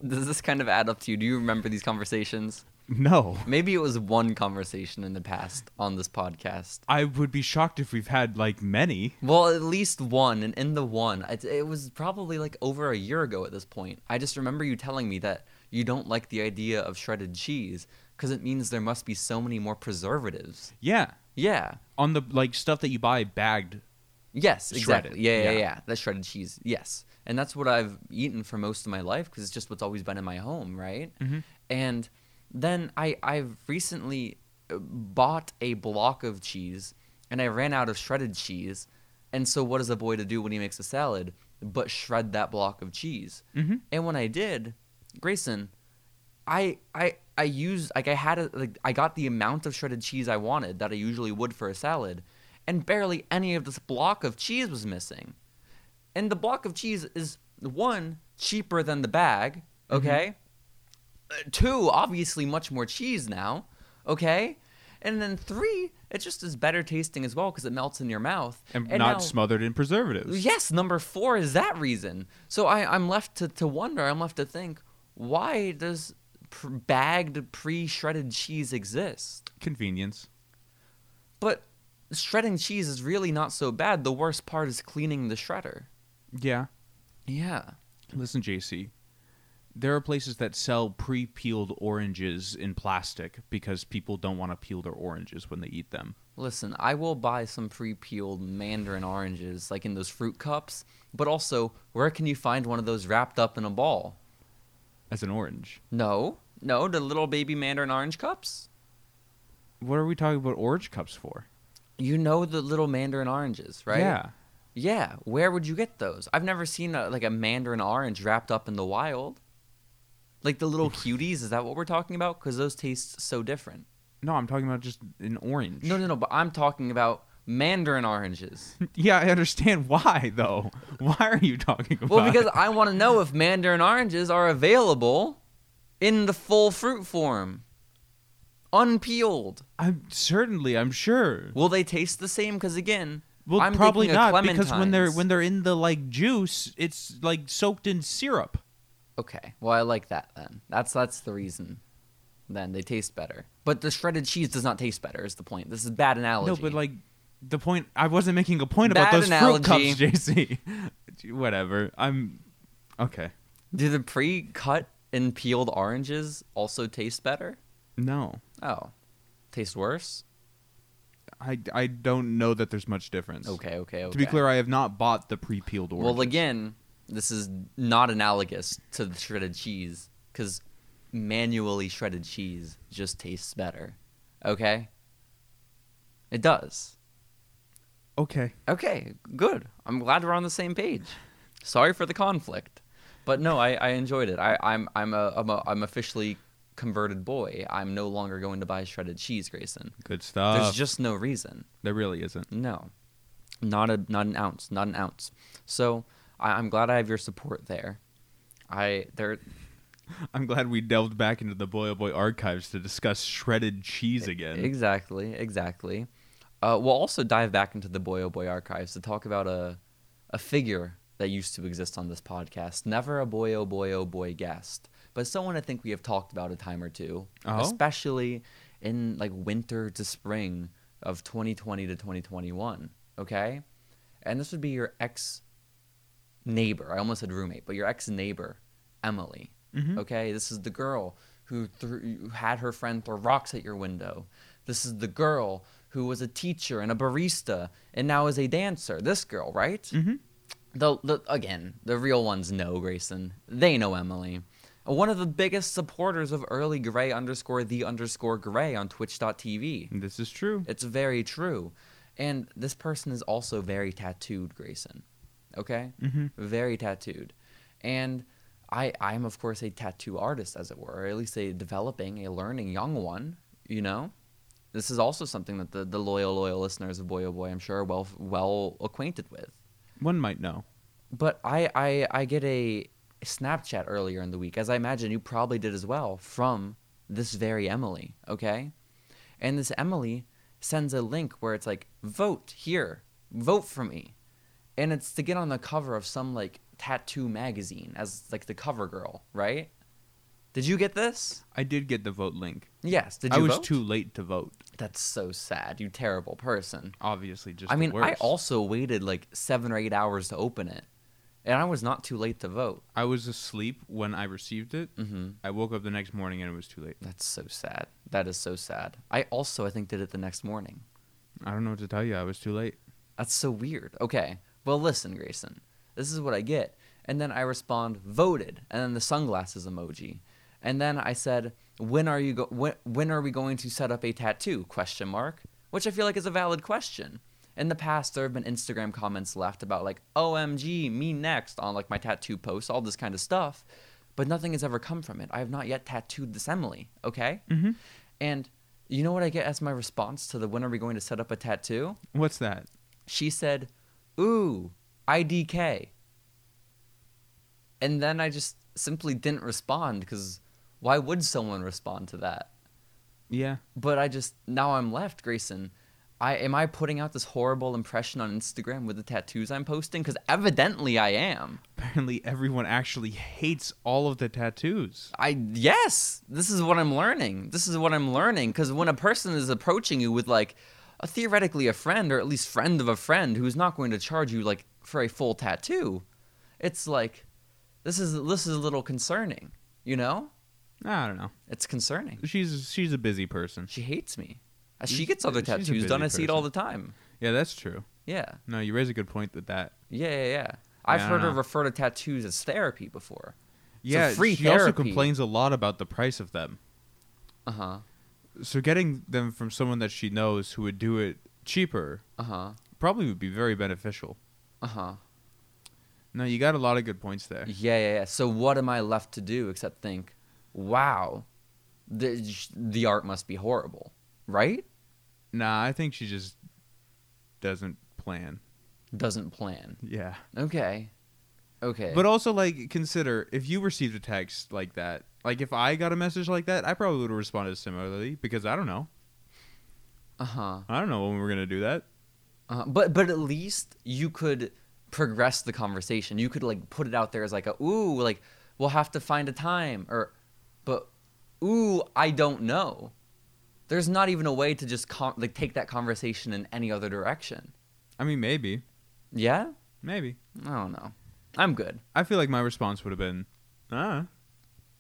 A: Does this kind of add up to you? Do you remember these conversations?
B: no.
A: Maybe it was one conversation in the past on this podcast.
B: I would be shocked if we've had like many.
A: Well, at least one, and in the one, it, it was probably like over a year ago at this point. I just remember you telling me that you don't like the idea of shredded cheese because it means there must be so many more preservatives.
B: Yeah.
A: Yeah.
B: On the like stuff that you buy bagged.
A: Yes, exactly.
B: Shredded,
A: Yeah, yeah,
B: yeah.
A: yeah, That's shredded cheese. Yes, and that's what I've eaten for most of my life because it's just what's always been in my home, right?
B: Mm-hmm.
A: And then I I've recently uh, bought a block of cheese and I ran out of shredded cheese, and so what does a boy to do when he makes a salad but shred that block of cheese?
B: Mhm.
A: And when I did, Grayson, I I I used like I had a, like I got the amount of shredded cheese I wanted that I usually would for a salad, and barely any of this block of cheese was missing. And the block of cheese is one cheaper than the bag,
B: Mm-hmm.
A: okay? Uh, Two, obviously much more cheese now, okay? And then three, it just is better tasting as well because it melts in your mouth.
B: And, not
A: now-
B: smothered in preservatives.
A: Yes, number four is that reason. So I, I'm left to, to wonder, I'm left to think, why does pr- bagged, pre shredded cheese exist?
B: Convenience.
A: But shredding cheese is really not so bad. The worst part is cleaning the shredder.
B: Yeah.
A: Yeah.
B: Listen, JC. There are places that sell pre peeled oranges in plastic because people don't want to peel their oranges when they eat them.
A: Listen, I will buy some pre peeled mandarin oranges, like in those fruit cups, but also, where can you find one of those wrapped up in a ball?
B: As an orange.
A: No, no, the little baby mandarin orange cups.
B: What are we talking about orange cups for?
A: You know the little mandarin oranges, right?
B: Yeah.
A: Yeah, where would you get those? I've never seen a, like a mandarin orange wrapped up in the wild. Like the
B: [laughs]
A: little cuties, is that what we're talking about? Because those taste so different.
B: No, I'm talking about just an orange.
A: No, no, no, but I'm talking about mandarin oranges.
B: [laughs] Yeah, I understand [laughs] why though. Why are you talking about?
A: Well, because
B: it?
A: I want to know if mandarin oranges are available in the full fruit form, unpeeled.
B: I'm certainly, I'm sure.
A: Will they taste the same? Because again,
B: Well,
A: I'm
B: probably
A: thinking of
B: not because when they're
A: clementines.
B: when they're in the like juice, it's like soaked in syrup.
A: Okay. Well, I like that then. That's that's the reason. Then they taste better. But the shredded cheese does not taste better. Is the point? This is bad analogy.
B: No, but like the point. I wasn't making a point about
A: Bad
B: those
A: analogy.
B: fruit cups, [laughs] JC. Whatever. I'm okay.
A: do the pre-cut and peeled oranges also taste better?
B: No,
A: Oh, taste worse.
B: I I don't know that there's much difference.
A: Okay. Okay. Okay.
B: To be clear, I have not bought the pre-peeled orange.
A: Well, again, this is not analogous to the shredded cheese because manually shredded cheese just tastes better. Okay. It does.
B: okay.
A: Okay, good. I'm glad we're on the same page. Sorry for the conflict, but no, I, I enjoyed it. I, I'm I'm a I'm a I'm officially converted boy. I'm no longer going to buy shredded cheese, Grayson.
B: Good
A: There's
B: stuff.
A: just no reason.
B: there really isn't.
A: No, not a not an ounce, not an ounce. So I, I'm glad I have your support there. I there
B: I'm glad we delved back into the Boy Oh Boy archives to discuss shredded cheese again.
A: Exactly, exactly. Uh, we'll also dive back into the Boy Oh Boy archives to talk about a, a figure that used to exist on this podcast. Never a Boy Oh Boy Oh Boy guest, but someone I think we have talked about a time or two,
B: Oh?
A: especially in like winter to spring of 2020 to 2021. Okay, and this would be your ex neighbor. I almost said roommate, but your ex neighbor, Emily. Okay, this is the girl who, threw, who had her friend throw rocks at your window. This is the girl who was a teacher and a barista and now is a dancer. This girl, right? Mm-hmm. The, the again, the real ones know Grayson. They know Emily. One of the biggest supporters of early gray underscore the underscore gray on twitch.tv.
B: This is true.
A: It's very true. And this person is also very tattooed, Grayson. Okay? Mm-hmm. Very tattooed. And I I'm of course a tattoo artist as it were, or at least a developing, a learning young one, you know? This is also something that the, the loyal loyal listeners of Boy Oh Boy I'm sure are well well acquainted with.
B: One might know.
A: but I, I I get a Snapchat earlier in the week, as I imagine you probably did as well, from this very Emily, okay? And this Emily sends a link where it's like, vote here, vote for me. And it's to get on the cover of some like tattoo magazine as like the cover girl, right? Did you get this?
B: I did get the vote link.
A: Yes. Did
B: I
A: you
B: was
A: vote?
B: too late to vote.
A: That's so sad. You terrible person.
B: Obviously, just
A: I
B: the
A: mean, I
B: worst.
A: also waited like seven or eight hours to open it, and I was not too late to vote.
B: I was asleep when I received
A: Mm.
B: it. Mm-hmm. I woke up the next morning and it was too late.
A: That's so sad. That is so sad. I also, I think, did it the next morning.
B: I don't know what to tell you. I was too late.
A: That's so weird. Okay. Well, listen, Grayson. This is what I get. And then I respond, voted, and then the sunglasses emoji. And then I said, when are you go- when, when are we going to set up a tattoo? question mark, which I feel like is a valid question. In the past, there have been Instagram comments left about like OMG, me next on like my tattoo posts, all this kind of stuff, but nothing has ever come from it. I have not yet tattooed this Emily, okay? Mm-hmm. And you know what I get as my response to the when are we going to set up a tattoo?
B: What's that?
A: she said, Ooh, IDK. And then I just simply didn't respond because why would someone respond to that?
B: Yeah.
A: But I just, now I'm left, Grayson. I, am I putting out this horrible impression on Instagram with the tattoos I'm posting? Because evidently I am.
B: Apparently, everyone actually hates all of the tattoos.
A: I yes, this is what I'm learning. This is what I'm learning because when a person is approaching you with like a theoretically a friend or at least friend of a friend who's not going to charge you like for a full tattoo, it's like this is this is a little concerning. You know,
B: I don't know.
A: it's concerning.
B: She's she's a busy person.
A: She hates me. As she
B: She's-
A: gets other
B: she's a
A: tattoos done, I
B: busy
A: see it all the time.
B: Yeah, that's true.
A: Yeah,
B: No, you raise a good point with that.
A: yeah, yeah. yeah. I've
B: I
A: heard her
B: dunno.
A: refer to tattoos as therapy before.
B: Yeah,
A: free
B: she also
A: therapy.
B: complains a lot about the price of them.
A: Uh huh.
B: So getting them from someone that she knows who would do it cheaper
A: Uh huh.
B: probably would be very beneficial.
A: Uh huh.
B: No, you got a lot of good points there.
A: Yeah, yeah, yeah. So what am I left to do except think, wow, the the art must be horrible, right?
B: Nah, I think she just doesn't plan.
A: Doesn't plan.
B: Yeah.
A: Okay, okay.
B: But also like consider if you received a text like that, like if I got a message like that, I probably would have responded similarly because I don't know.
A: uh huh.
B: I don't know when we're gonna do that.
A: Uh, but but at least you could progress the conversation. You could like put it out there as like a ooh like we'll have to find a time or but ooh I don't know. There's not even a way to just con- like take that conversation in any other direction.
B: I mean maybe.
A: Yeah,
B: Maybe.
A: I don't know. I'm good.
B: I feel like my response would have been ah,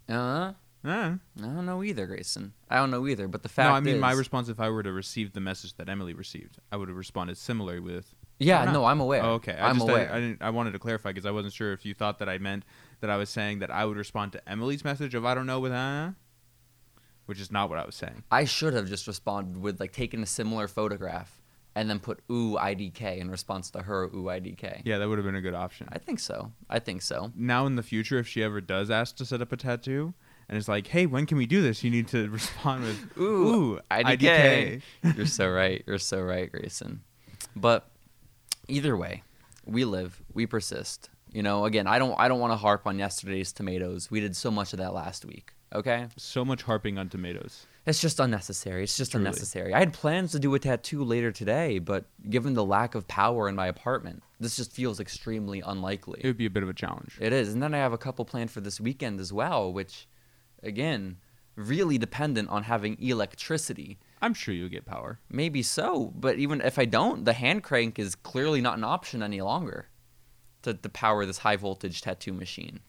A: Uh.
B: ah.
A: I don't know either, Grayson. I don't know either. But the fact
B: No, I mean
A: is,
B: my response if I were to receive the message that Emily received, I would have responded similarly with
A: yeah,
B: Why not?
A: no, I'm aware.
B: Oh, okay. I
A: I'm
B: just,
A: aware.
B: I, I didn't. I wanted to clarify because I wasn't sure if you thought that I meant that I was saying that I would respond to Emily's message of I don't know with uh, which is not what I was saying.
A: I should have just responded with like taking a similar photograph and then put ooh IDK in response to her ooh IDK.
B: Yeah, that would have been a good option.
A: I think so. I think so.
B: Now in the future, if she ever does ask to set up a tattoo. And it's like, hey, when can we do this? You need to [laughs] respond with, ooh, IDK.
A: You're so [laughs] right. You're so right, Grayson. But either way, we live, we persist. You know, again, I don't I don't want to harp on yesterday's tomatoes. We did so much of that last week. Okay?
B: [laughs] So much harping on tomatoes.
A: It's just unnecessary. It's just
B: Truly.
A: unnecessary. I had plans to do a tattoo later today, but given the lack of power in my apartment, this just feels extremely unlikely.
B: It would be a bit of a challenge.
A: it is. And then I have a couple planned for this weekend as well, which, again, really dependent on having electricity.
B: I'm sure you'll get power.
A: Maybe so, but even if I don't, the hand crank is clearly not an option any longer to, to power this high voltage tattoo machine.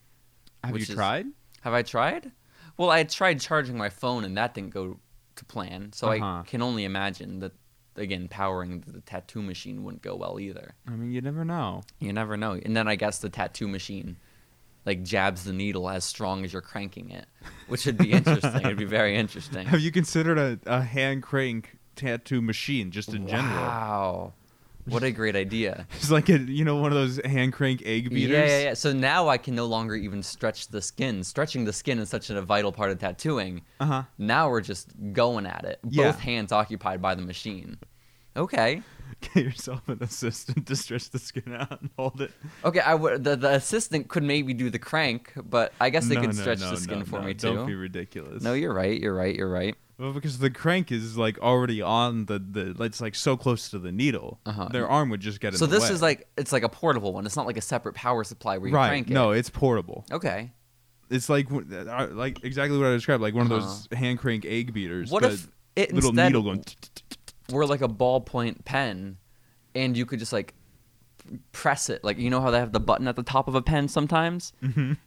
B: Have
A: Which
B: you
A: is-
B: tried?
A: Have I tried? Well, I tried charging my phone and that didn't go to plan. So
B: Uh-huh.
A: I can only imagine that again powering the tattoo machine wouldn't go well either.
B: I mean, you never know.
A: You never know. And then I guess the tattoo machine like jabs the needle as strong as you're cranking it, which
B: [laughs]
A: would be interesting. It'd be very interesting.
B: Have you considered a, a hand crank tattoo machine just in general?
A: Wow. What a great idea.
B: It's like a you know one of those hand crank egg beaters.
A: Yeah, yeah, yeah. So now I can no longer even stretch the skin. Stretching the skin is such a vital part of tattooing.
B: Uh huh.
A: Now we're just going at it.
B: Yeah.
A: Both hands occupied by the machine. Okay.
B: [laughs] Get yourself an assistant to stretch the skin out and hold it.
A: Okay, I would. The, the assistant could maybe do the crank, but I guess they
B: No,
A: could
B: no,
A: stretch
B: no,
A: the skin
B: no,
A: for
B: no.
A: me
B: Don't be
A: too.
B: ridiculous.
A: No, you're right. You're right. You're right.
B: Well, because the crank is like already on the the it's like so close to the needle,
A: Uh-huh.
B: their arm would just get in
A: So
B: the
A: this
B: way.
A: is like it's like a portable one. It's not like a separate power supply where you
B: right.
A: crank it.
B: No, it's portable.
A: Okay.
B: It's like w- uh, like exactly what I described, like one of
A: Uh-huh.
B: those hand crank egg beaters.
A: What
B: the
A: if it
B: little
A: instead
B: needle going? [laughs]
A: were like a ballpoint pen, and you could just like p- press it like you know how they have the button at the top of a pen sometimes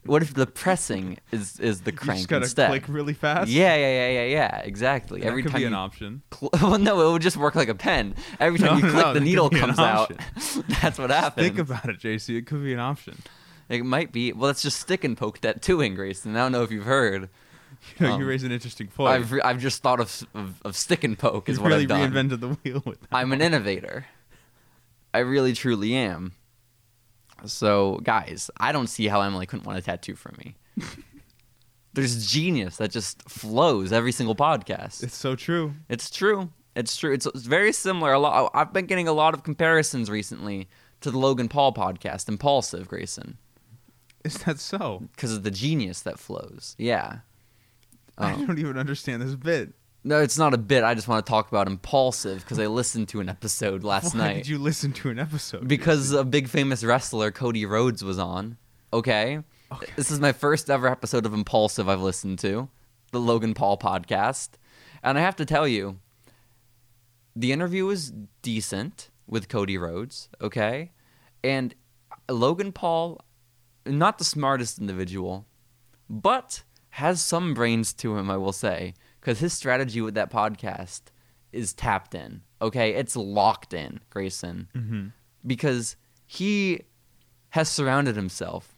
A: what if the pressing is is the
B: Mm-hmm. You
A: crank
B: just gotta
A: instead
B: click really fast.
A: yeah yeah yeah yeah yeah exactly
B: That
A: every
B: could
A: time
B: be an
A: you
B: option.
A: cl- [laughs] well, no, it would just work like a pen. Every time
B: No,
A: you click,
B: no,
A: the
B: that
A: needle
B: could be an
A: comes out. [laughs] That's what happens.
B: Think about it, JC. It could be an option. [laughs]
A: it might be. Well, it's just stick and poke that too, in Grayson. I don't know if you've heard.
B: You know,
A: Um,
B: you raise an interesting point.
A: I've, re- I've just thought of, s- of of stick and poke is
B: you
A: what
B: really
A: I've done.
B: reinvented the [laughs] wheel with that.
A: I'm an innovator. I really truly am. So guys, I don't see how Emily couldn't want a tattoo from
B: [laughs]
A: me. There's genius that just flows every single podcast.
B: It's so true.
A: It's true. It's true. It's, it's very similar. A lot. I've been getting a lot of comparisons recently to the Logan Paul podcast, Impulsive Grayson,
B: Is that so?
A: because of the genius that flows. Yeah.
B: I
A: Oh.
B: don't even understand this bit.
A: No, it's not a bit. I just want to talk about Impulsive because I listened to an episode last
B: [laughs] Why
A: night.
B: did you listen to an episode?
A: because a big famous wrestler Cody Rhodes was on. Okay?
B: Okay.
A: This is my first ever episode of Impulsive I've listened to, the Logan Paul podcast. And I have to tell you, the interview was decent with Cody Rhodes, okay? And Logan Paul, not the smartest individual, but has some brains to him, I will say, because his strategy with that podcast is tapped in. Okay, it's locked in, Grayson,
B: Mhm.
A: because he has surrounded himself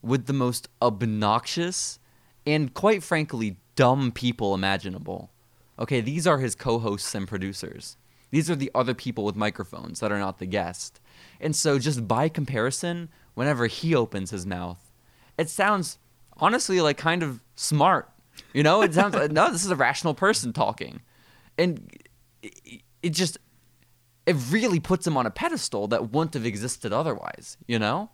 A: with the most obnoxious and, quite frankly, dumb people imaginable. Okay, these are his co hosts and producers. These are the other people with microphones that are not the guest. And so, just by comparison, whenever he opens his mouth, it sounds honestly like kind of smart. You know, it sounds like, [laughs] no, this is a rational person talking. And it, it just, it really puts him on a pedestal that wouldn't have existed otherwise, you know?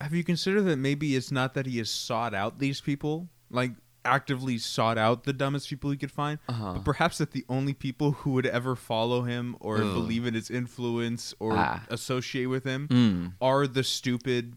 B: Have you considered that maybe it's not that he has sought out these people, like actively sought out the dumbest people he could find,
A: Uh-huh.
B: but perhaps that the only people who would ever follow him or
A: Ugh.
B: believe in his influence or
A: Ah.
B: associate with him
A: Mm.
B: are the stupid,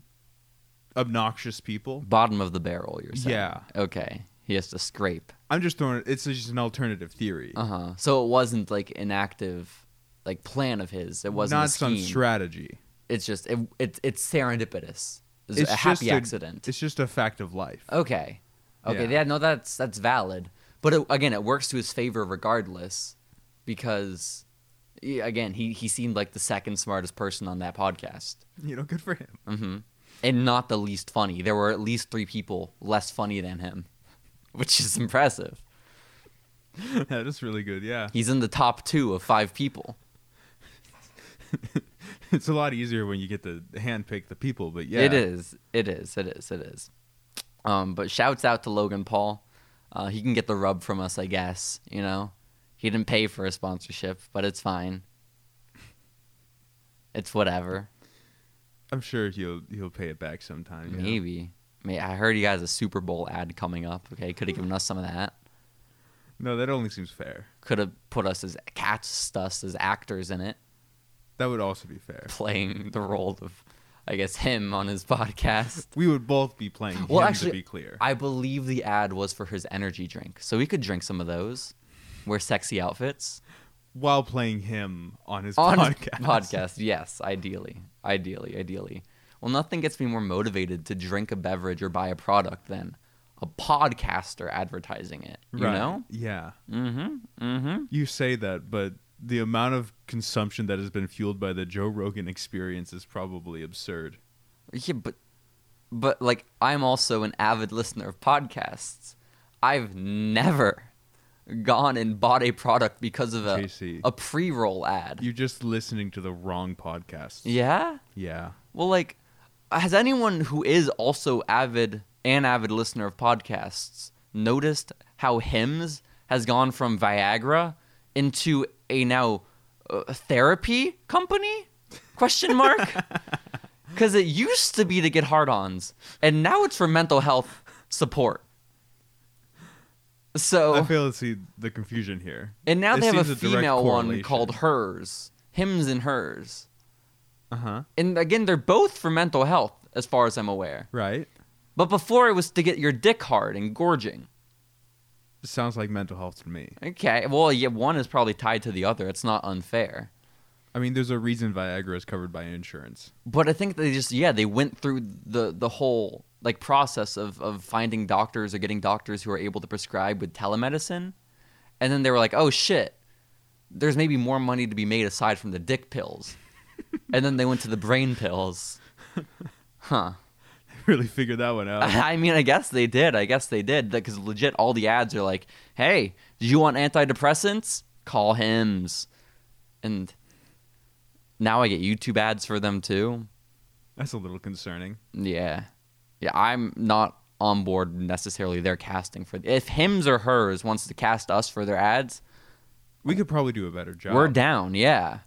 B: obnoxious people?
A: Bottom of the barrel, you're saying.
B: Yeah.
A: Okay. He has to scrape.
B: I'm just throwing it. It's just an alternative theory,
A: Uh huh. So it wasn't like an active, like plan of his. It wasn't
B: not
A: a scheme.
B: some strategy.
A: it's just it, it it's serendipitous. It's,
B: It's
A: a happy
B: just a-
A: accident.
B: It's just a fact of life.
A: okay. Okay.
B: Yeah.
A: Yeah. No, that's that's valid. But it, again, it works to his favor regardless, because yeah, again, he he seemed like the second smartest person on that podcast.
B: You know, good for him. [laughs]
A: hmm And not the least funny. There were at least three people less funny than him, [laughs] which is impressive.
B: that is really good. Yeah,
A: He's in the top two of five people.
B: it's a lot easier when you get to handpick the people. But yeah,
A: It is. It is. It is. It is. Um, but shouts out to Logan Paul. Uh, he can get the rub from us, I guess. You know, he didn't pay for a sponsorship, but it's fine. It's whatever.
B: I'm sure he'll he'll pay it back sometime. you know?
A: Maybe. I, mean, I heard he has a Super Bowl ad coming up. Okay, could have given us some of that.
B: No, that only seems fair.
A: Could have put us as cast us as actors in it,
B: That would also be fair.
A: [laughs] playing the role of, I guess, him on his [laughs] podcast.
B: We would both be playing
A: Well,
B: him
A: actually,
B: to be clear.
A: I believe the ad was for his energy drink, so we could drink some of those. Wear sexy outfits
B: while playing him on his
A: on his [laughs]
B: podcast. [laughs]
A: podcast. Yes, ideally, ideally, ideally. Well, nothing gets me more motivated to drink a beverage or buy a product than a podcaster advertising it. You
B: Right.
A: know?
B: Yeah.
A: Mm-hmm. Mm-hmm.
B: You say that, but the amount of consumption that has been fueled by the Joe Rogan experience is probably absurd.
A: Yeah, but but like I'm also an avid listener of podcasts. I've never gone and bought a product because of a
B: JC.
A: a pre-roll ad.
B: You're just listening to the wrong podcast.
A: yeah?
B: Yeah.
A: Well, like, has anyone who is also avid and avid listener of podcasts noticed how hymns has gone from Viagra into a now uh, therapy company? Question
B: [laughs]
A: mark. Because it used to be to get hard-ons, and now it's for mental health support. So
B: I feel see the confusion here.
A: and now
B: It
A: they have
B: seems
A: a
B: a direct
A: female one
B: correlation.
A: called Hers, Hims and Hers.
B: Uh huh.
A: And again, they're both for mental health, as far as I'm aware.
B: Right.
A: But before it was to get your dick hard and gorging.
B: Sounds like mental health to me.
A: Okay, well, yeah, one is probably tied to the other. It's not unfair.
B: I mean, there's a reason Viagra is covered by insurance. [laughs]
A: But I think they just, yeah, they went through the the whole like process of of finding doctors or getting doctors who are able to prescribe with telemedicine, and then they were like, oh shit, there's maybe more money to be made aside from the dick pills, and then they went to the brain pills. Huh.
B: really figured that one
A: [laughs]
B: out.
A: I mean, I guess they did. I guess they did. Because legit, all the ads are like, hey, do you want antidepressants? Call Hims. And now I get YouTube ads for them too.
B: That's a little concerning.
A: Yeah. Yeah, I'm not on board necessarily their casting for. If Hims or Hers wants to cast us for their ads,
B: We could probably do a better job.
A: we're down. Yeah.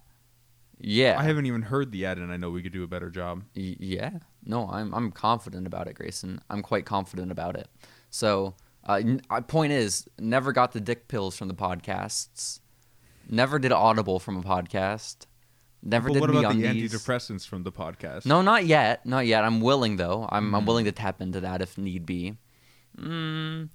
A: Yeah.
B: I haven't even heard the ad, and I know we could do a better job.
A: Y- yeah no i'm i'm confident about it grayson i'm quite confident about it so uh, n- uh, point is never got the dick pills from the podcasts never did audible from a podcast never
B: but
A: did
B: what about the
A: MeUndies.
B: antidepressants from the podcast?
A: no not yet not yet i'm willing though i'm, I'm willing to tap into that if need be mm,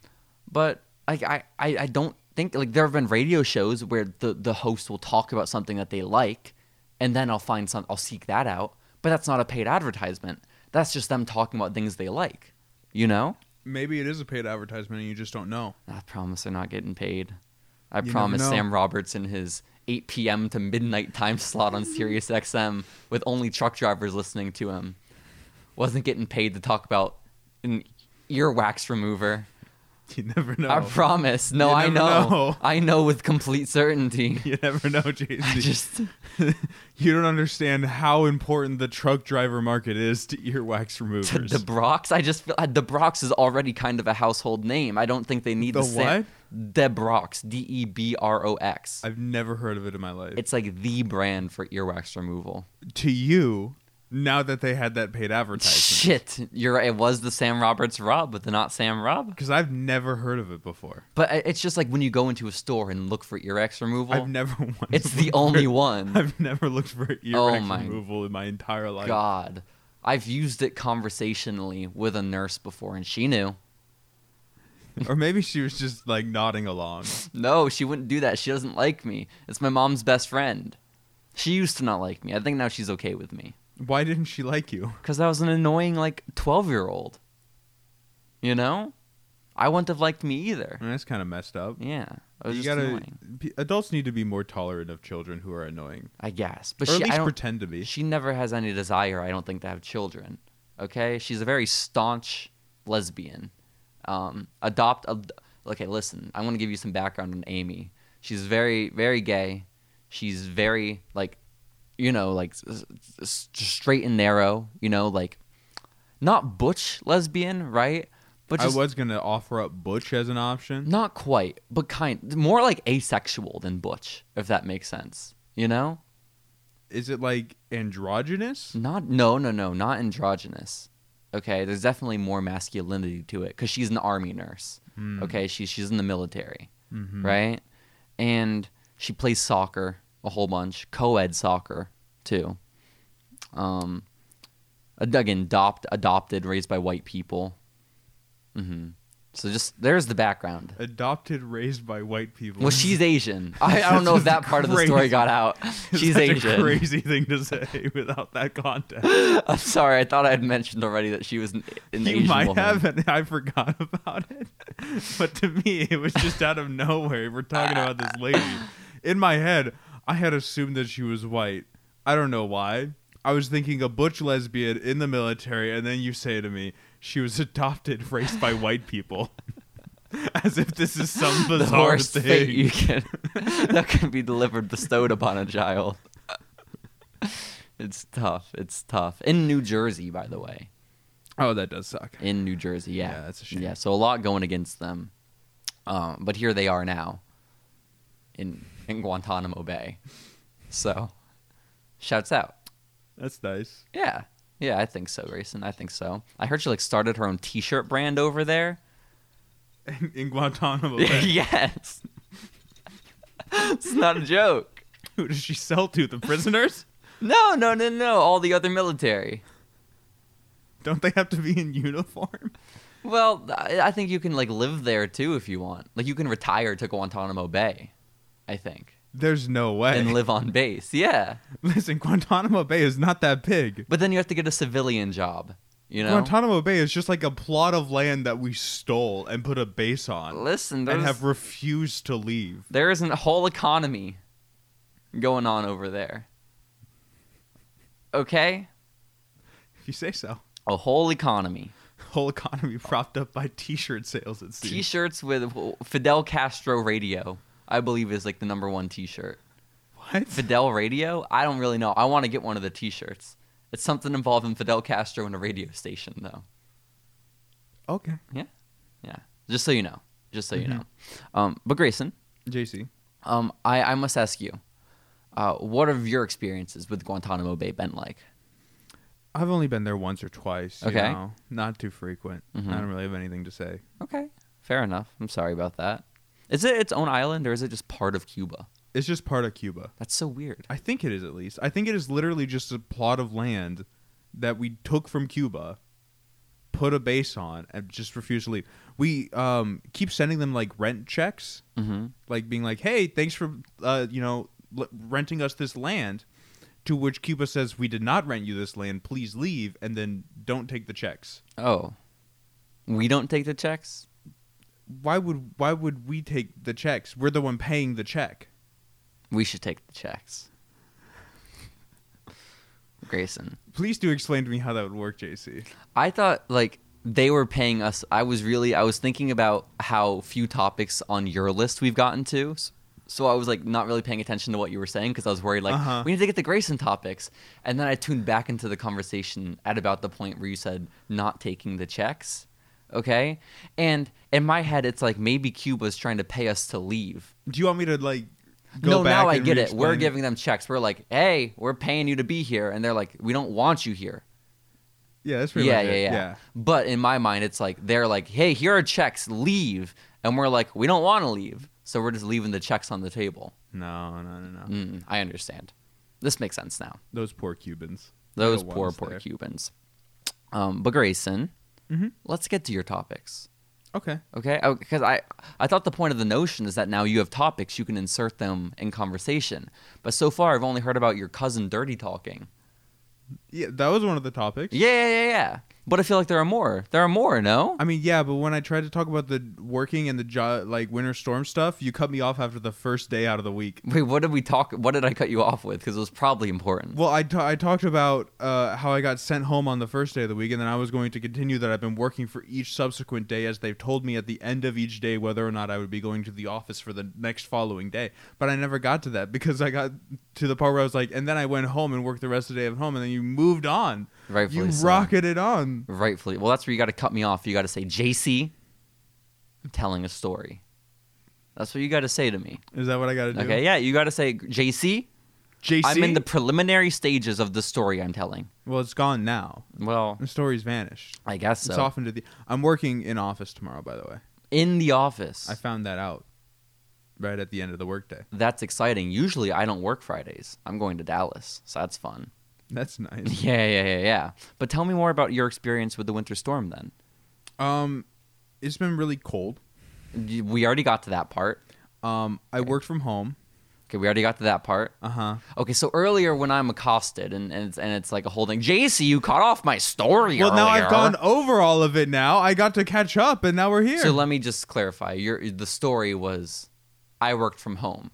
A: but I, I i i don't think like there have been radio shows where the the host will talk about something that they like and then i'll find some i'll seek that out but that's not a paid advertisement that's just them talking about things they like you know
B: Maybe it is a paid advertisement, and you just don't know. [laughs]
A: i promise they're not getting paid i
B: never
A: promise
B: know.
A: sam roberts in his 8 p.m to midnight time [laughs] slot on sirius xm with only truck drivers listening to him wasn't getting paid to talk about an earwax remover
B: You never know.
A: i promise no
B: You
A: i
B: never
A: know.
B: know.
A: i know with complete
B: [laughs]
A: certainty
B: [laughs] you never know, JC.
A: I just
B: [laughs]
A: [laughs]
B: you don't understand how important the truck driver market is to
A: [laughs]
B: earwax
A: to
B: removers.
A: the Brox. I just feel uh, the Brox is already kind of a household name. I don't think they need
B: The
A: the same. The Brox, D E B R O X.
B: I've never heard of it in my life.
A: It's like the brand for earwax removal.
B: to you, now that they had that paid advertisement,
A: Shit, you're right. It was the Sam Roberts Rob, but the not Sam Rob.
B: because I've never heard of it before.
A: But i- it's just like when you go into a store and look for earwax removal.
B: I've never. [laughs] wanted
A: it's
B: to
A: the
B: look for- [laughs]
A: only one.
B: I've never looked for earwax
A: Oh my
B: removal in my entire life.
A: God, I've used it conversationally with a nurse before, and she knew.
B: Or maybe she was just like nodding along.
A: [laughs] No, she wouldn't do that. She doesn't like me. It's my mom's best friend. She used to not like me. I think now she's okay with me.
B: Why didn't she like you?
A: Because I was an annoying, like, 12 year old. You know? I wouldn't have liked me either.
B: That's kind of messed up.
A: Yeah. I was
B: you
A: just
B: gotta.
A: annoying.
B: p- Adults need to be more tolerant of children who are annoying,
A: I guess. But
B: or
A: she,
B: at
A: I
B: least
A: don't,
B: pretend to be.
A: she never has any desire, I don't think, to have children. Okay? She's a very staunch lesbian. Um, adopt. Ad- okay, listen, I'm going to give you some background on Amy. She's very, very gay. She's very, like, you know, like s- s- straight and narrow, you know, like not butch lesbian, right? But just
B: I was gonna offer up Butch as an option.
A: not quite, but kind more like asexual than butch, if that makes sense. You know? Mm-hmm.
B: Is it like androgynous?
A: Not no no no not androgynous. Okay, there's definitely more masculinity to it because she's an army nurse.
B: Hmm.
A: Mm-hmm. Okay, she's she's in the military,
B: Mhm.
A: right? And she plays soccer a whole bunch, co-ed soccer too. Um, again, adopt adopted, raised by white people. hmm So just there's the background.
B: Adopted, raised by white people.
A: Well,
B: [laughs]
A: she's Asian. I, I don't know if that part of the story
B: Crazy.
A: got out.
B: [laughs] It's
A: She's
B: such
A: Asian.
B: A crazy thing to say [laughs] without that context.
A: [laughs] I'm sorry. I thought I had mentioned already that she was an, an
B: you
A: Asian
B: might
A: woman.
B: have, and I forgot [laughs] about it. But to me, it was just out of nowhere. We're talking about this lady. In my head, I had assumed that she was white. I don't know why. I was thinking a butch lesbian in the military, and then you say to me, she was adopted, raised by white people. [laughs] As if this is some
A: [laughs] the
B: bizarre
A: worst
B: thing.
A: fate you can that can [laughs] be delivered bestowed upon a child. [laughs] it's tough. It's tough. In New Jersey, by the way.
B: [laughs] Oh, that does suck.
A: In New Jersey, yeah.
B: Yeah, that's a shame.
A: Yeah, so a lot going against them. Um, but here they are now. In in Guantanamo Bay. So, shouts out.
B: That's nice.
A: Yeah. Yeah, I think so, Grayson. I think so. I heard she like started her own t-shirt brand over there.
B: In,
A: [laughs]
B: in Guantanamo. Bay.
A: yes. [laughs] it's not a joke.
B: Who does she sell to? The prisoners?
A: No, no, no, no. All the other military.
B: Don't they have to be in uniform?
A: Well, I I think you can like live there too if you want. Like you can retire to Guantanamo Bay, I think,
B: There's no way.
A: and live on base. Yeah.
B: Listen, Guantanamo Bay is not that big.
A: But then you have to get a civilian job, you know?
B: Guantanamo Bay is just like a plot of land that we stole and put a base on
A: Listen,
B: and
A: there's,
B: have refused to leave.
A: there isn't a whole economy going on over there. Okay?
B: If you say so.
A: A whole economy.
B: Whole economy propped up by T-shirt sales. It seems.
A: T-shirts with Fidel Castro radio, I believe is like the number one T-shirt.
B: what?
A: Fidel radio? I don't really know. I want to get one of the T-shirts. It's something involving Fidel Castro and a radio station, though.
B: Okay.
A: Yeah, just so you know, just so you
B: Mhm.
A: know. Um, but Grayson,
B: JC.
A: um, I, I must ask you, uh, what have your experiences with Guantanamo Bay been like?
B: I've only been there once or twice. you
A: Okay.
B: know, Not too frequent.
A: Mhm.
B: I don't really have anything to say.
A: Okay, fair enough. I'm sorry about that. Is it its own island or is it just part of Cuba?
B: It's just part of Cuba.
A: That's so weird.
B: I think it is at least. I think it is literally just a plot of land that we took from Cuba, put a base on, and just refused to leave. We um, keep sending them like rent checks,
A: Mm-hmm.
B: like being like, "Hey, thanks for uh, you know l- renting us this land." To which Cuba says, "We did not rent you this land. Please leave, and then don't take the checks."
A: Oh, we don't take the checks.
B: Why would why would we take the checks? We're the one paying the check.
A: We should take the checks. Grayson,
B: Please do explain to me how that would work, JC.
A: I thought like they were paying us. I was really I was thinking about how few topics on your list we've gotten to. s- So I was like not really paying attention to what you were saying because I was worried like
B: Uh-huh.
A: we need to get the Grayson topics. And then I tuned back into the conversation at about the point where you said not taking the checks. Okay? And in my head it's like maybe Cuba's trying to pay us to leave.
B: Do you want me to like go
A: no,
B: back
A: now I
B: and
A: get it. We're
B: re-explain
A: giving them checks. We're like, "Hey, we're paying you to be here." And they're like, "We don't want you here."
B: Yeah, that's pretty
A: Yeah,
B: much
A: yeah,
B: it.
A: yeah, But in my mind, it's like they're like, "Hey, here are checks. Leave," and we're like, "We don't want to leave," so we're just leaving the checks on the table.
B: No, no, no, no.
A: Mm, I understand. This makes sense now.
B: Those poor Cubans. They're
A: Those
B: the
A: poor,
B: ones
A: poor
B: there.
A: Cubans. Um, but Grayson,
B: Mhm.
A: let's get to your topics,
B: Okay.
A: okay? Because I, I thought the point of the notion is that now you have topics you can insert them in conversation. But so far, I've only heard about your cousin dirty talking.
B: Yeah, that was one of the topics.
A: Yeah, yeah, yeah, yeah. But I feel like there are more. There are more, no?
B: I mean, yeah, but when I tried to talk about the working and the jo- like winter storm stuff, you cut me off after the first day out of the week.
A: Wait, what did we talk? What did I cut you off with? Because it was probably important.
B: Well, I ta- I talked about uh, how I got sent home on the first day of the week, and then I was going to continue that I've been working for each subsequent day as they've told me at the end of each day whether or not I would be going to the office for the next following day. But I never got to that because I got to the part where I was like, and then I went home and worked the rest of the day at home, and then you moved on.
A: Rightfully
B: you
A: so.
B: rocketed on.
A: Rightfully. Well, that's where you got to cut me off. You got to say, JC, I'm telling a story. That's what you got to say to me.
B: Is that what I got to do?
A: Okay, yeah, you got to say, JC,
B: JC.
A: I'm in the preliminary stages of the story I'm telling.
B: Well, it's gone now.
A: Well,
B: The story's vanished.
A: I guess so.
B: It's off into the. I'm working in office tomorrow, by the way.
A: In the office.
B: I found that out right at the end of the workday.
A: that's exciting. Usually I don't work Fridays. I'm going to Dallas, so that's fun.
B: That's nice.
A: Yeah, yeah, yeah, yeah. But tell me more about your experience with the winter storm then.
B: Um, it's been really cold.
A: Y- We already got to that part.
B: Um, I worked from home.
A: Okay, we already got to that part.
B: Uh huh.
A: Okay, so earlier when I'm accosted and and it's, and it's like a whole thing, JC, you cut off my story.
B: Well, now I've
A: earlier."
B: gone over all of it. Now I got to catch up, and now we're here.
A: So let me just clarify. Your the story was, I worked from home,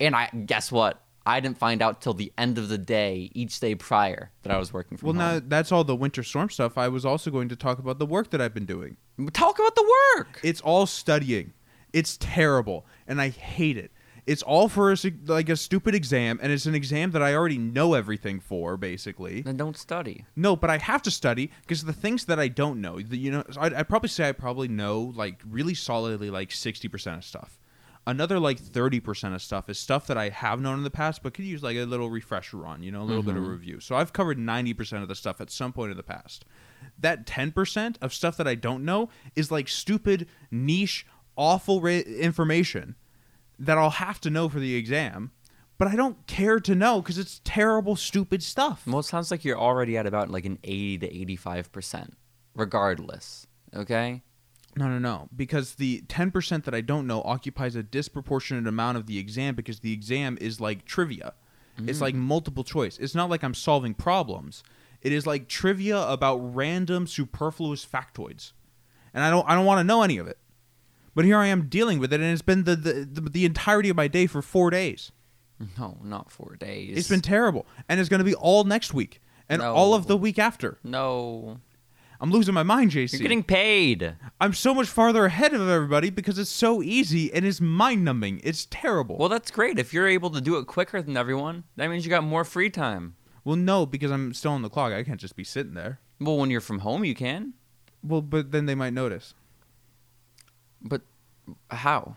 A: and I guess what? I didn't find out till the end of the day, each day prior, that I was working
B: well,
A: from
B: now
A: home.
B: that's all the winter storm stuff. I was also going to talk about the work that I've been doing.
A: Now talk about the work.
B: It's all studying. It's terrible, and I hate it. It's all for a, sig- like a stupid exam, and it's an exam that I already know everything for, basically.
A: Then don't study.
B: No, but I have to study because the things that I don't know, the, you know, I would probably say I probably know like really solidly like sixty percent of stuff. Another like 30% of stuff is stuff that I have known in the past, but could use like a little refresher on, you know, a little bit of review. So I've covered 90% of the stuff at some point in the past. That 10% of stuff that I don't know is like stupid, niche, awful ra- information that I'll have to know for the exam, but I don't care to know because it's terrible, stupid stuff.
A: Well, it sounds like you're already at about like an 80 to 85%, regardless. Okay?
B: No, no, no. Because the 10% that I don't know occupies a disproportionate amount of the exam because the exam is like trivia. It's
A: Mm.
B: like multiple choice. It's not like I'm solving problems. It is like trivia about random superfluous factoids. And I don't I don't want to know any of it. But here I am dealing with it and it's been the the, the, the entirety of my day for 4 days.
A: No, not four days.
B: It's been terrible and it's going to be all next week and
A: No.
B: all of the week after.
A: No.
B: I'm losing my mind, JC.
A: You're getting paid.
B: I'm so much farther ahead of everybody because it's so easy and it's mind numbing. It's terrible.
A: Well,
B: Well,
A: that's great. If you're able to do it quicker than everyone, that means you got more free time.
B: no, because I'm still on the clock. I can't just be sitting there.
A: Well, when you're from home, you can.
B: Well, but then they might notice.
A: But how?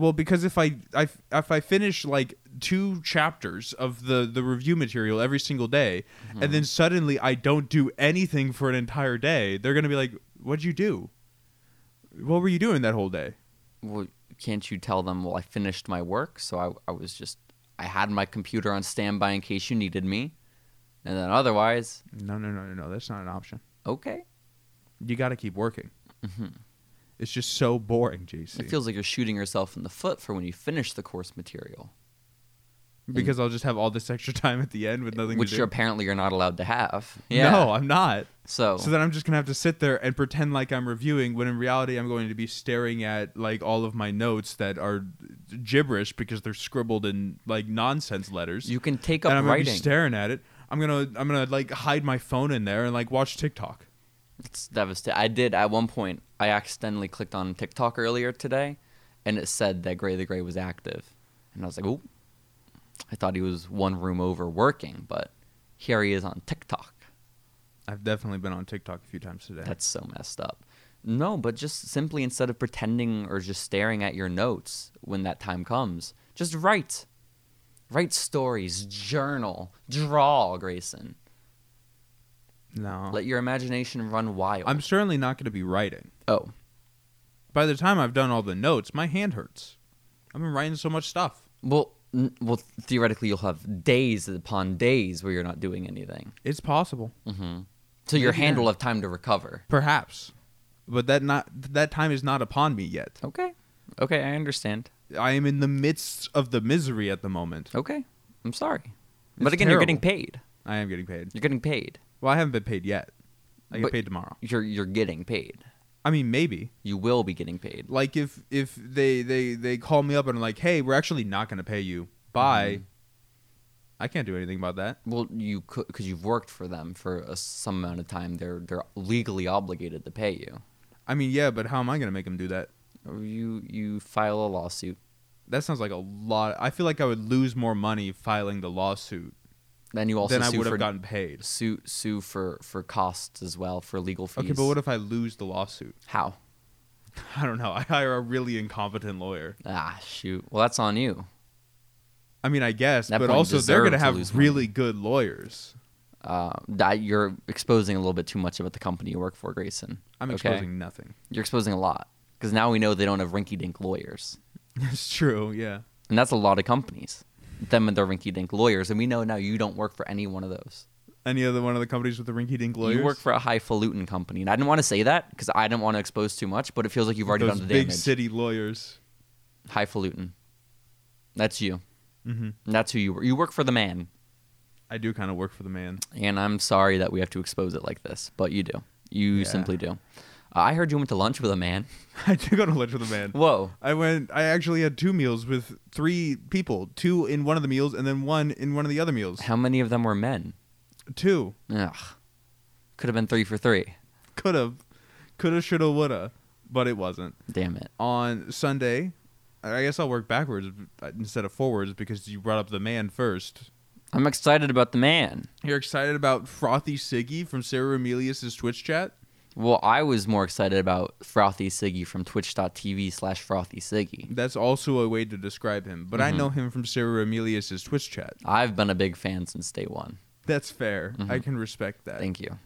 B: Well, because if I, I if I finish like two chapters of the the review material every single day,
A: Mm-hmm.
B: and then suddenly I don't do anything for an entire day, they're gonna be like, "What'd you do? What were you doing that whole day?"
A: Well, can't you tell them, well, I finished my work, so I, I was just, I had my computer on standby in case you needed me. And then otherwise,
B: No, no, no, no, no. That's not an option.
A: okay.
B: You got to keep working. It's just so boring, JC.
A: Mm-hmm. It feels like you're shooting yourself in the foot for when you finish the course material,
B: because I'll just have all this extra [laughs] time at the end with nothing
A: which
B: to
A: you're
B: do.
A: apparently you're not allowed to have. Yeah. Oh.
B: No, I'm not.
A: So,
B: So then I'm just gonna have to sit there and pretend like I'm reviewing when in reality I'm going to be staring at like all of my notes that are gibberish because they're scribbled in like nonsense letters.
A: you can take
B: and
A: up
B: I'm gonna be
A: writing.
B: staring at it. I'm gonna I'm gonna like hide my phone in there and like watch TikTok.
A: It's devastating. I did at one point. I accidentally clicked on TikTok earlier today, and it said that Gray the Gray was active, and I was like, "Oh, I thought he was one room over working, but here he is on TikTok."
B: I've definitely been on TikTok a few times today.
A: That's so messed up. No, but just simply instead of pretending or just staring at your notes when that time comes, just write. Write stories, journal, draw, Grayson.
B: no,
A: Let your imagination run wild.
B: I'm certainly not gonna be writing.
A: oh,
B: By the time I've done all the notes, my hand hurts. I've been writing so much stuff.
A: Well, n- well, theoretically, you'll have days upon days where you're not doing anything.
B: It's possible.
A: Mm-hmm. So your
B: Maybe
A: hand
B: not.
A: will have time to recover.
B: Perhaps. But that not that time is not upon me yet.
A: Okay. Okay, I understand.
B: I am in the midst of the misery at the moment.
A: Okay, I'm sorry.
B: It's
A: but again, you're getting
B: terrible.
A: paid.
B: I am getting paid.
A: You're getting paid.
B: Well, I haven't been paid yet. I get
A: But-
B: paid tomorrow.
A: You're you're getting paid.
B: I mean, maybe.
A: You will be getting paid.
B: Like if if they they they call me up and are like, "Hey, we're actually not going to pay you." Bye.
A: Mm-hmm.
B: I can't do anything about that.
A: Well, you could because you've worked for them for a, some amount of time. They're they're legally obligated to pay you.
B: I mean, yeah, but how am I going to make them do that?
A: Or You you file a lawsuit.
B: That sounds like a lot. I feel like I would lose more money filing the lawsuit
A: Then you also
B: than I
A: sue
B: would
A: for
B: have gotten paid.
A: sue sue for for costs as well for legal fees.
B: Okay, but what if I lose the lawsuit? [laughs]
A: how?
B: I don't know. I hire a really incompetent lawyer.
A: Ah, shoot. Well, that's on you.
B: I mean, I guess,
A: That
B: but
A: point
B: also they're
A: deserved
B: going to
A: to lose
B: have
A: money.
B: really good lawyers.
A: Uh, that you're exposing a little bit too much about the company you work for, Grayson.
B: I'm
A: Okay?
B: exposing nothing. [laughs]
A: You're exposing a lot because now we know they don't have rinky-dink lawyers,
B: It's true, yeah.
A: and that's a lot of companies. Them and their rinky-dink lawyers, and we know now you don't work for any one of those.
B: Any other one of the companies with the rinky-dink lawyers?
A: You work for a highfalutin company, and I didn't want to say that because I didn't want to expose too much, but it feels like you've already
B: Those
A: done the
B: big
A: damage.
B: city lawyers.
A: Highfalutin. That's you.
B: hmm
A: That's who you work. You work for the man,
B: I do kind of work for the man. [laughs]
A: and I'm sorry that we have to expose it like this, but you do. You
B: Yeah.
A: simply do. I heard you went to lunch with a man.
B: I do go to lunch with the man.
A: Whoa.
B: I went. I actually had two meals with three people. Two in one of the meals, and then one in one of the other meals.
A: How many of them were men?
B: Two
A: Ugh. Could have been three for three.
B: could have, could have, should have, woulda, but it wasn't.
A: Damn it.
B: on Sunday. I guess I'll work backwards uh, instead of forwards because you brought up the man first.
A: I'm excited about the man.
B: You're excited about Frothy Siggy from Sarah Emilius's Twitch chat?
A: Well, I was more excited about Frothy Siggy from twitch.tv slash Frothy Siggy.
B: That's also a way to describe him, but
A: Mm-hmm.
B: I know him from Sarah Amelius's Twitch chat.
A: I've been a big fan since day one.
B: That's fair. I can respect that.
A: Mm-hmm. Thank you.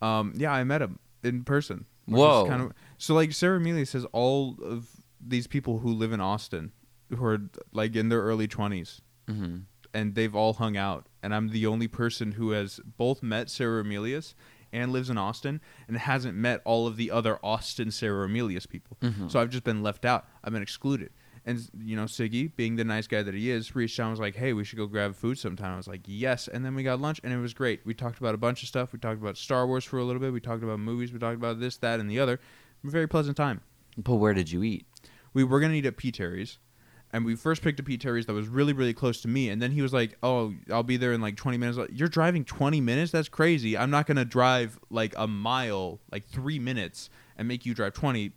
B: Um, yeah, I met him in person. which is
A: Whoa.
B: Kind of, so like Sarah Amelia says, all of these people who live in Austin, who are like in their early 20s
A: hmm
B: and they've all hung out, and I'm the only person who has both met Sarah Amelius and lives in Austin and hasn't met all of the other Austin Sarah Amelius people. So I've just been left out. I've been excluded. And you know, Siggy, being the nice guy that he is, reached out and was like, "Hey, we should go grab food sometime." I was like, "Yes." And then we got lunch, and it was great. We talked about a bunch of stuff. We talked about Star Wars for a little bit. We talked about movies. We talked about this, that, and the other. It was a very pleasant time
A: But where did you eat?
B: we were gonna eat at P Terry's, and we first picked a P Terry's that was really really close to me, and then he was like, "Oh, I'll be there in like 20 minutes." Like, You're driving 20 minutes? That's crazy. I'm not gonna drive like a mile, like three minutes, and make you drive 20.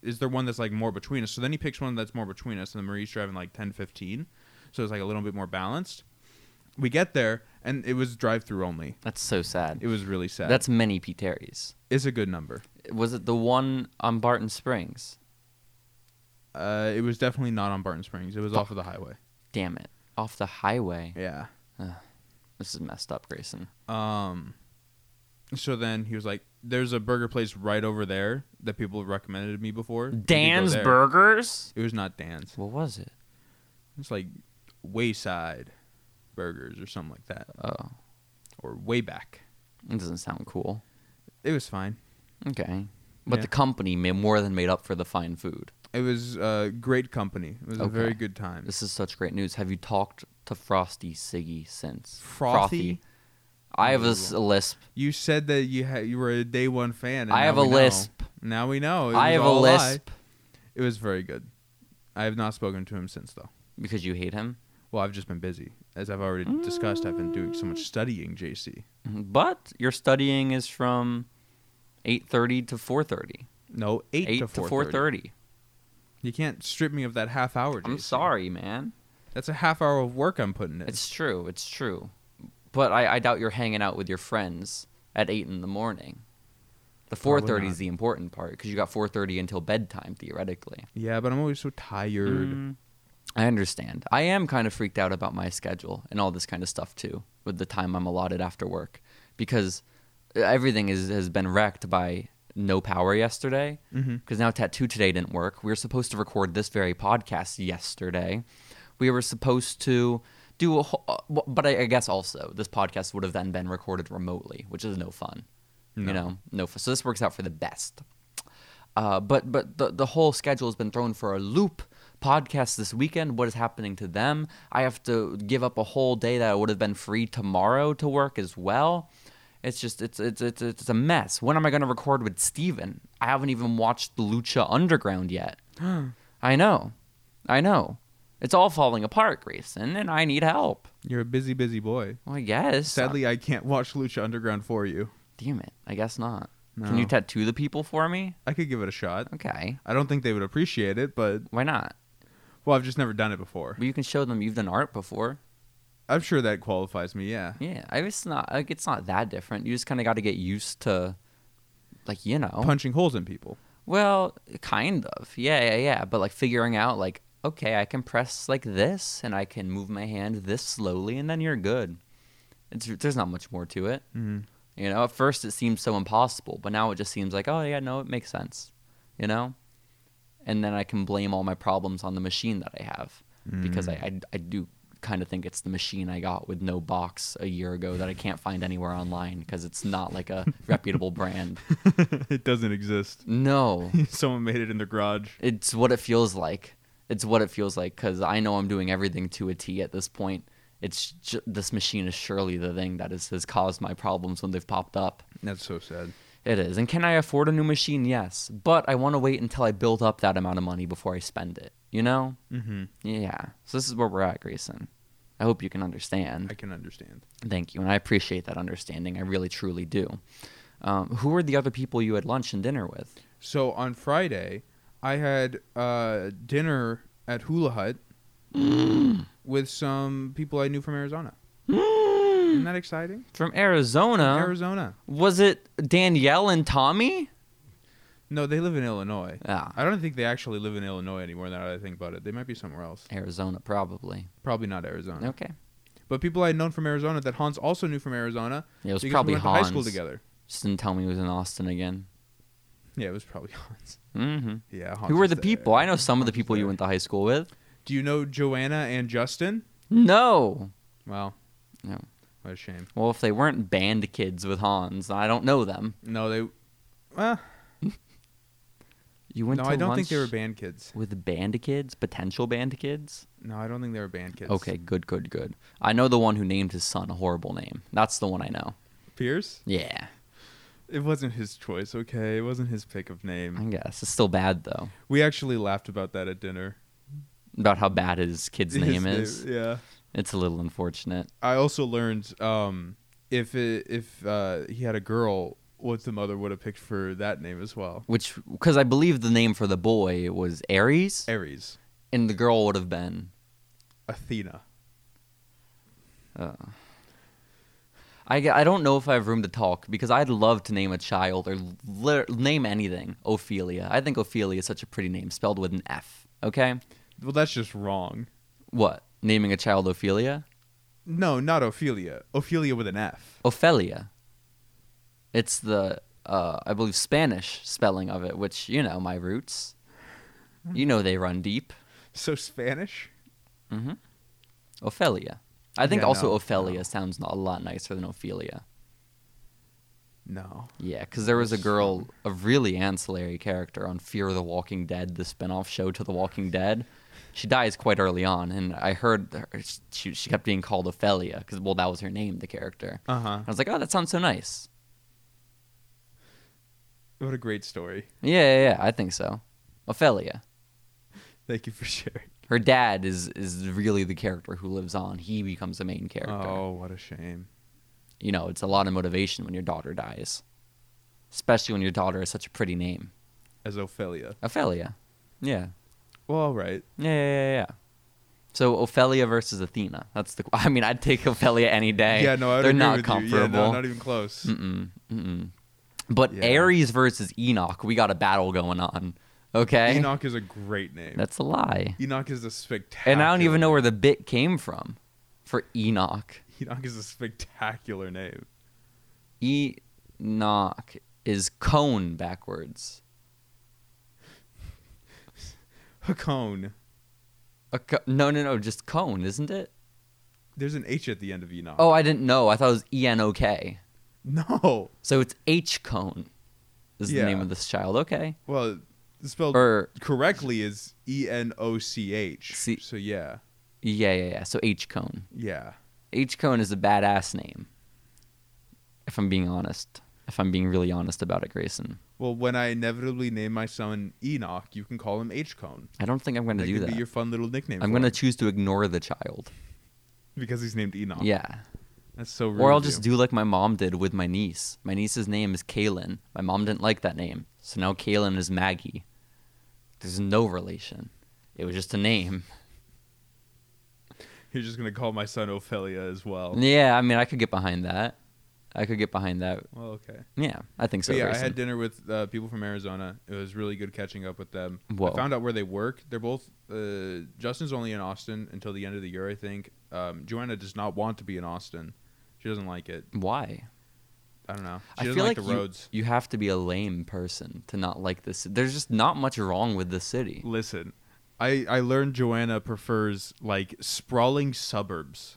B: Is there one that's like more between us? So then he picks one that's more between us, and then Marie's driving like 10, 15, so it's like a little bit more balanced. We get there, and it was drive through only.
A: That's so sad.
B: It was really sad.
A: That's many P. Terry's.
B: it's a good number.
A: Was it the one on Barton Springs?
B: Uh, it was definitely not on Barton Springs. It was off of the highway.
A: Damn it. Off the highway.
B: Yeah.
A: This is messed up, Grayson.
B: Um, so then he was like, "There's a burger place right over there that people have recommended to me before. You could go
A: Dan's
B: there."
A: Burgers?
B: It was not Dan's.
A: What was it?
B: It's like Wayside Burgers or something like that,
A: Oh,
B: or Wayback.
A: it doesn't sound cool.
B: It was fine.
A: Okay. But
B: Yeah.
A: the company made more than made up for the fine food.
B: It was uh, great company. It was a
A: Okay.
B: very good time.
A: This is such great news. Have you talked to Frosty Siggy since?
B: Frothy?
A: I have a, s- a lisp.
B: You said that you ha- you were a day one fan. And
A: I
B: now
A: have
B: we
A: a
B: know.
A: lisp.
B: Now we know. It
A: I
B: was
A: have a
B: all lie.
A: lisp
B: It was very good. I have not spoken to him since though.
A: because you hate him.
B: Well, I've just been busy. As I've already discussed, I've been doing so much studying, JC.
A: Mhm. But your studying is from 8:30 to 4:30.
B: No, eight,
A: 8
B: to
A: to
B: four
A: 4:30.
B: You can't strip me of that half hour.
A: I'm
B: Jason.
A: sorry, man.
B: That's a half hour of work I'm putting in.
A: It's true. It's true. But I, I doubt you're hanging out with your friends at eight in the morning. The four
B: Probably
A: thirty
B: not.
A: is the important part because you got four thirty until bedtime theoretically.
B: yeah, but I'm always so tired.
A: I understand. I am kind of freaked out about my schedule and all this kind of stuff too, with the time I'm allotted after work, because everything is has been wrecked by no power yesterday.
B: Mhm.
A: Because now tattoo today didn't work. We were supposed to record this very podcast yesterday. We were supposed to do a, whole, uh, w- but I, I guess also this podcast would have then been recorded remotely, which is no fun.
B: No.
A: You know, no. Fun. So this works out for the best. Uh, but but the the whole schedule has been thrown for a loop. Podcast this weekend. What is happening to them? I have to give up a whole day that I would have been free tomorrow to work as well. It's just it's it's it's it's a mess. When am I going to record with Steven? I haven't even watched the Lucha Underground yet. I know, I know. It's all falling apart, Grayson, and I need help.
B: [gasps] You're a busy, busy boy.
A: Well, I guess. Oh,
B: Sadly, I can't watch Lucha Underground for you.
A: damn it. I guess not.
B: No.
A: Can you tattoo the people for me?
B: I could give it a shot.
A: Okay.
B: I don't think they would appreciate it, but
A: Why not?
B: well, I've just never done it before.
A: Well, you can show them you've done art before.
B: I'm sure that qualifies me. Yeah.
A: Yeah, I it's not like it's not that different. You just kind of got to get used to, like you know.
B: Punching holes in people.
A: Well, kind of. Yeah, yeah, yeah. But like figuring out, like, okay, I can press like this, and I can move my hand this slowly, and then you're good. It's there's not much more to it.
B: Mhm.
A: You know, at first it seemed so impossible, but now it just seems like, oh yeah, no, it makes sense. You know, and then I can blame all my problems on the machine that I have because I I, I do kind of think it's the machine I got with no box a year ago that I can't find anywhere online because it's not like a reputable brand.
B: [laughs] it doesn't exist. [laughs]
A: No,
B: Someone made it in their garage.
A: it's what it feels like. It's what it feels like because I know I'm doing everything to a T at this point. It's ju- this machine is surely the thing that is, has caused my problems when they've popped up.
B: That's so sad.
A: It is. And can I afford a new machine? Yes. But I want to wait until I build up that amount of money before I spend it. You know?
B: Mm-hmm.
A: Yeah. So this is where we're at, Grayson. I hope you can understand.
B: I can understand.
A: Thank you. And I appreciate that understanding. I really, truly do. Um, who were the other people you had lunch and dinner with?
B: [gasps] So on Friday, I had uh, dinner
A: [gasps]
B: at Hula Hut with some people I knew from Arizona. Isn't that exciting?
A: From Arizona.
B: Arizona.
A: Was it Danielle and Tommy?
B: No, they live in Illinois.
A: Ah.
B: I don't think they actually live in Illinois anymore. Now that I think about it, they might be somewhere else.
A: Arizona, probably.
B: Probably not Arizona.
A: Okay.
B: But people I had known from Arizona that Hans also knew from Arizona.
A: Yeah, it was
B: because
A: probably
B: we went To high school
A: Hans.
B: together.
A: Just didn't tell me he was in Austin again.
B: Yeah, it was probably [laughs] Hans.
A: hmm
B: Yeah. Hans
A: Who were
B: was
A: the
B: there.
A: people? I know some of the
B: Hans was
A: people you
B: there.
A: went to high school with.
B: Do you know Joanna and Justin?
A: No.
B: Well,
A: No.
B: what a shame.
A: Well, if they weren't band kids with Hans, I don't know them.
B: No, they. Well,
A: You went
B: no,
A: to
B: I don't think they were
A: lunch
B: band kids.
A: with band kids, potential band kids.
B: No, I don't think they were band kids.
A: Okay, good, good, good. I know the one who named his son a horrible name. That's the one I know.
B: Pierce?
A: Yeah,
B: It wasn't his choice, okay? It wasn't his pick of
A: I
B: name.
A: guess it's still bad though.
B: We actually laughed about that at dinner.
A: About how bad his kid's name is.
B: Yeah.
A: It's a little unfortunate.
B: I also learned um, if it, if uh, he had a girl, what the mother would have picked for that name as well.
A: Which, because I believe the name for the boy was Aries,
B: Aries,
A: and the girl would have been.
B: Athena.
A: I, g- I don't know if I have room to talk because I'd love to name a child or li- name anything Ophelia. I think Ophelia is such a pretty name, spelled with an F. Okay?
B: Well, that's just wrong.
A: What? Naming a child Ophelia?
B: No, not Ophelia. Ophelia with an F.
A: Ophelia. It's the uh, I believe Spanish spelling of it, which you know my roots. You know they run deep.
B: So Spanish.
A: Ophelia. I think
B: Yeah,
A: also
B: no,
A: Ophelia sounds a lot nicer than Ophelia.
B: No.
A: Yeah, because there was a girl, a really ancillary character on Fear of the Walking Dead, the spinoff show to The Walking Dead. She dies quite early on, and I heard her, she, she kept being called Ophelia because well that was her name, the character.
B: Uh huh.
A: I was like, oh, that sounds so nice.
B: What a great story.
A: Yeah, yeah, yeah I think so. Ophelia.
B: Thank you for [laughs] sharing.
A: her dad is is really the character who lives on. He becomes the main character.
B: Oh, what a shame.
A: You know, it's a lot of motivation when your daughter dies, especially when your daughter is such a pretty name,
B: As Ophelia.
A: Ophelia. Yeah,
B: Well, all right.
A: yeah, yeah, yeah. yeah. So Ophelia versus Athena. That's the. [laughs] I mean, I'd take Ophelia any day.
B: yeah, no, I would
A: Eh, they're
B: agree
A: not
B: with You. Yeah,
A: comparable.
B: no, not even close.
A: Mm-mm, mm-mm. But
B: Yeah.
A: Ares versus Enoch, we got a battle going on. Okay,
B: Enoch is a great name.
A: that's a lie.
B: Enoch is a spectacular.
A: Eh? And I don't even know where the bit came from for Enoch.
B: Enoch is a spectacular name.
A: Enoch is cone backwards.
B: Hakone.
A: A co- no, no, no, just cone, isn't it?
B: There's an H at the end of Enoch.
A: Oh, I didn't know. I thought it was E N O K.
B: [laughs] no.
A: So it's H cone is
B: Yeah.
A: the name of this child. Okay.
B: Well, spelled
A: Or
B: correctly is E N O C H.
A: C-
B: So yeah,
A: yeah, yeah, yeah. So H cone.
B: yeah.
A: H cone is a badass name. If I'm being honest, if I'm being really honest about it, Grayson,
B: Well, when I inevitably name my son Enoch, you can call him H Cone.
A: I don't think I'm going to
B: That
A: do
B: could
A: that.
B: be your fun little nickname.
A: I'm
B: for
A: going to
B: him,
A: choose to ignore the child.
B: because he's named Enoch.
A: Yeah.
B: that's so. Rude
A: Or I'll
B: of
A: just
B: you.
A: do like my mom did with my niece. My niece's name is Kaylin. My mom didn't like that name, so now Kaylin is Maggie. There's no relation. It was just a name.
B: You're just gonna call my son Ophelia as well.
A: Yeah, I mean, I could get behind that. I could get behind that.
B: Well, okay.
A: Yeah, I think so.
B: But yeah, I
A: Grayson.
B: had dinner with uh, people from Arizona. It was really good catching up with them.
A: Whoa.
B: I found out where they work. They're both. Uh, Justin's only in Austin until the end of the year, I think. Um, Joanna does not want to be in Austin. She doesn't like it.
A: Why?
B: I don't know.
A: I
B: She doesn't
A: feel
B: like,
A: like
B: the
A: you-
B: roads.
A: You have to be a lame person to not like this. There's just not much wrong with the city.
B: Listen, I I learned Joanna prefers like sprawling suburbs.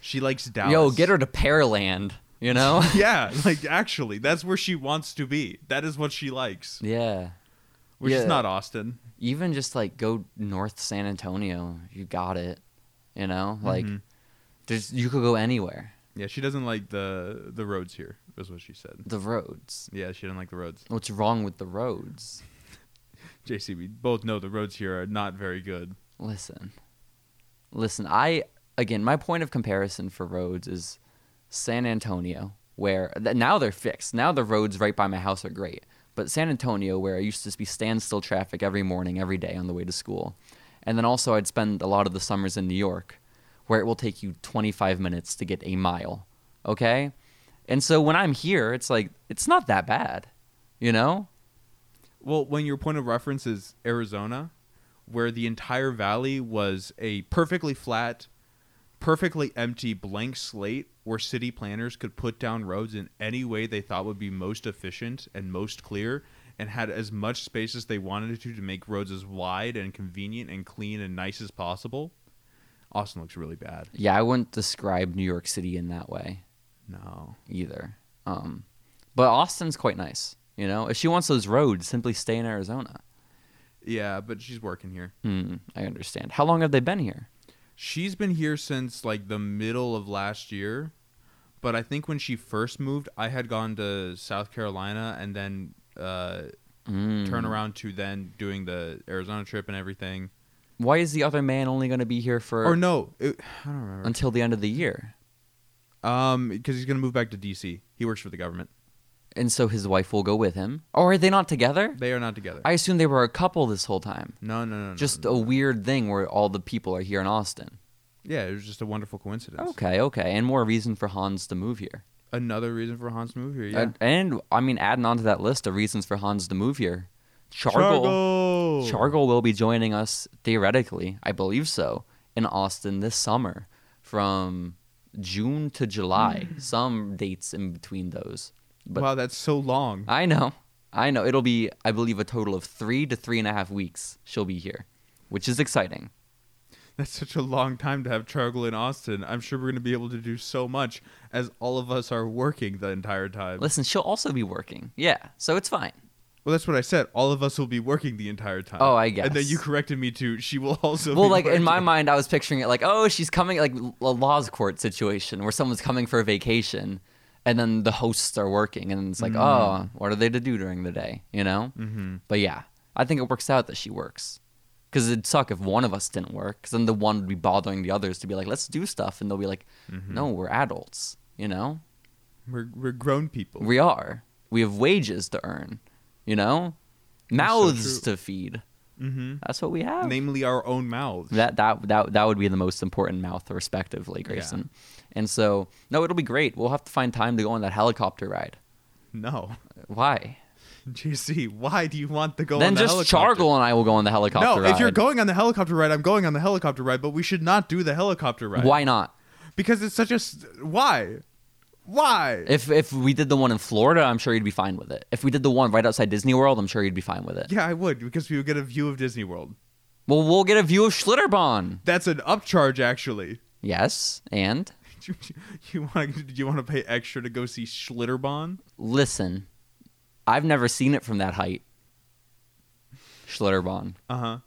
B: She likes Dallas.
A: Yo, get her to Pearland. You know? [laughs]
B: [laughs] yeah, like actually, that's where she wants to be. That is what she likes,
A: yeah.
B: which
A: Yeah.
B: is not Austin.
A: even just like go north San Antonio, you got it. You know, like
B: Mhm.
A: there's you could go anywhere.
B: Yeah, she doesn't like the the roads here. Is what she said.
A: The roads.
B: Yeah, she didn't like the roads.
A: What's wrong with the roads?
B: JC, we both know the roads here are not very good.
A: Listen. Listen, I again, my point of comparison for roads is San Antonio, where th- now they're fixed. Now the roads right by my house are great. But San Antonio, where I used to just be standstill traffic every morning, every day on the way to school. And then also, I'd spend a lot of the summers in New York, where it will take you 25 minutes to get a mile Okay. And so when I'm here, it's like, it's not that bad, you know?
B: Well, when your point of reference is Arizona, where the entire valley was a perfectly flat, perfectly empty blank slate where city planners could put down roads in any way they thought would be most efficient and most clear and had as much space as they wanted to to make roads as wide and convenient and clean and nice as possible. Austin looks really bad.
A: Yeah, I wouldn't describe New York City in that way
B: No.
A: either. Um, but Austin's quite nice, you know? If she wants those roads, simply stay in Arizona.
B: Yeah, but she's working here.
A: Hmm, I understand. How long have they been here?
B: She's been here since like the middle of last year, but I think when she first moved, I had gone to South Carolina and then uh,
A: Mm.
B: turn around to then doing the Arizona trip and everything.
A: Why is the other man only going to be here for
B: Or no, it, I don't remember.
A: until the end of the year?
B: Um, because he's gonna move back to DC. He works for the government.
A: And so his wife will go with him. Or are they not together?
B: They are not together.
A: I assume they were a couple this whole time.
B: no, no, no, no.
A: Just
B: no,
A: a
B: no.
A: weird thing where all the people are here in Austin.
B: yeah. It was just a wonderful coincidence.
A: Okay, okay. And more reason for Hans to move here.
B: Another reason for Hans to move here. Yeah.
A: And, and, I mean, adding onto that list of reasons for Hans to move here, Chargle.
B: Chargo.
A: Chargle will be joining us theoretically, I believe so, in Austin this summer from June to July.
B: Hmm.
A: Some dates in between those. But
B: wow, that's so long.
A: I know. I know. It'll be, I believe, a total of three to three and a half weeks she'll be here, which is exciting.
B: That's such a long time to have Chargle in Austin. I'm sure we're going to be able to do so much as all of us are working the entire time.
A: Listen, she'll also be working. Yeah, so it's fine.
B: Well, that's what I said. All of us will be working the entire time.
A: Oh, I
B: And then
A: guess.
B: you corrected me too. She will [laughs] also
A: well,
B: be
A: like in my
B: working.
A: mind, I was picturing it like, oh, she's coming, like a laws court situation where someone's coming for a vacation, and then the hosts are working, and it's like,
B: Hmm.
A: oh, what are they to do during the day? You know. Mm-hmm. But yeah, I think it works out that she works, because it'd suck if one of us didn't work, because then the one would be bothering the others to be like, let's do stuff, and they'll be like,
B: Mm-hmm.
A: no, we're adults. You know,
B: We're, we're grown people.
A: we are. We have wages to earn. You know,
B: That's so
A: mouths to feed.
B: mm-hmm.
A: That's what we have.
B: Namely, our own mouths.
A: Oh. That that that that would be the most important mouth, respectively, Grayson. And so, no, it'll be great. We'll have to find time to go on that helicopter ride.
B: no. [laughs]
A: Why?
B: JC, why do you want to go on
A: then
B: the
A: just
B: helicopter?
A: Chargle and I will go on the helicopter
B: No,
A: ride.
B: if you're going on the helicopter ride, I'm going on the helicopter ride, but we should not do the helicopter ride.
A: why not?
B: Because it's such a. s- Why? Why?
A: If if we did the one in Florida, I'm sure you'd be fine with it. If we did the one right outside Disney World, I'm sure you'd be fine with it.
B: Yeah, I would because we would get a view of Disney World.
A: Well, we'll get a view of Schlitterbahn.
B: That's an upcharge, actually. [laughs]
A: Yes, and
B: you want you want to pay extra to go see Schlitterbahn?
A: listen, I've never seen it from that height. Schlitterbahn.
B: Uh huh.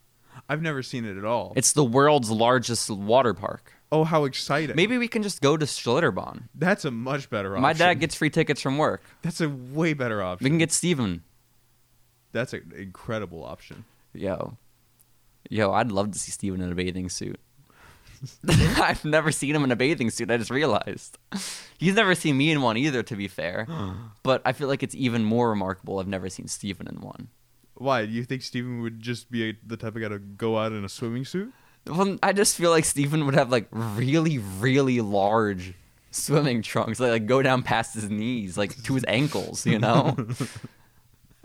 B: I've never seen it at all.
A: It's the world's largest water park.
B: oh, how exciting!
A: Maybe we can just go to Schlitterbahn.
B: that's a much better option.
A: My dad gets free tickets from work.
B: that's a way better
A: We
B: option.
A: can get Steven.
B: that's an incredible option.
A: Yo. Yo, I'd love to see Steven in a bathing [laughs] suit. I've never seen him in a bathing suit, I just realized. He's never seen me in one either, to be [gasps] fair. but I feel like it's even more remarkable I've never seen Steven in one.
B: Why do you think Steven would just be a, the type of guy to go out in a swimming suit? [laughs]
A: Well, I just feel like Steven would have like really, really large swimming trunks that like go down past his knees, like to his ankles, you [laughs] know?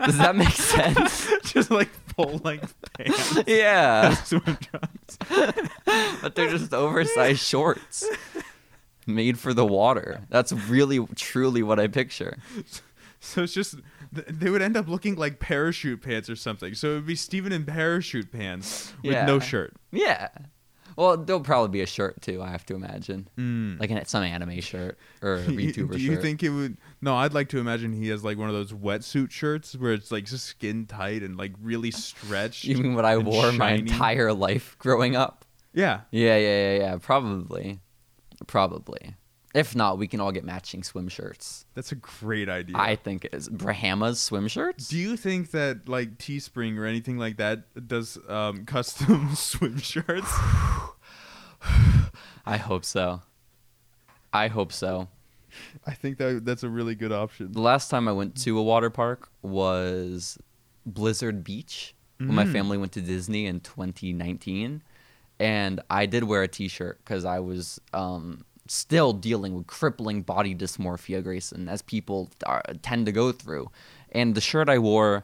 A: Does that make sense?
B: just like full length
A: [laughs]
B: pants,
A: yeah.
B: swim trunks.
A: but they're just oversized shorts made for the water. That's really truly what I picture.
B: So it's just th- they would end up looking like parachute pants or something. So it would be Steven in parachute pants with no
A: Yeah.
B: shirt.
A: Yeah. Well, there'll probably be a shirt too. I have to imagine, like an, some anime shirt or
B: [laughs]
A: a
B: You-
A: VTuber
B: Mm. Do
A: shirt.
B: you think it would? No, I'd like to imagine he has like one of those wetsuit shirts where it's like just skin tight and like really stretched.
A: You mean what I
B: and
A: wore my
B: shiny.
A: entire life growing up?
B: Yeah,
A: Yeah, yeah, yeah, yeah. Probably, probably. If not, we can all get matching swim shirts.
B: that's a great idea.
A: I think it's Brahma's swim shirts.
B: Do you think that like Teespring or anything like that does um, [laughs] custom swim shirts?
A: I hope so. I hope so.
B: I think that that's a really good option. [laughs]
A: the last time I went to a water park was Blizzard Beach when my family went to Disney in 2019, and I did wear a T-shirt because I was um, still dealing with crippling body dysmorphia, Grayson, as people are, tend to go through. And the shirt I wore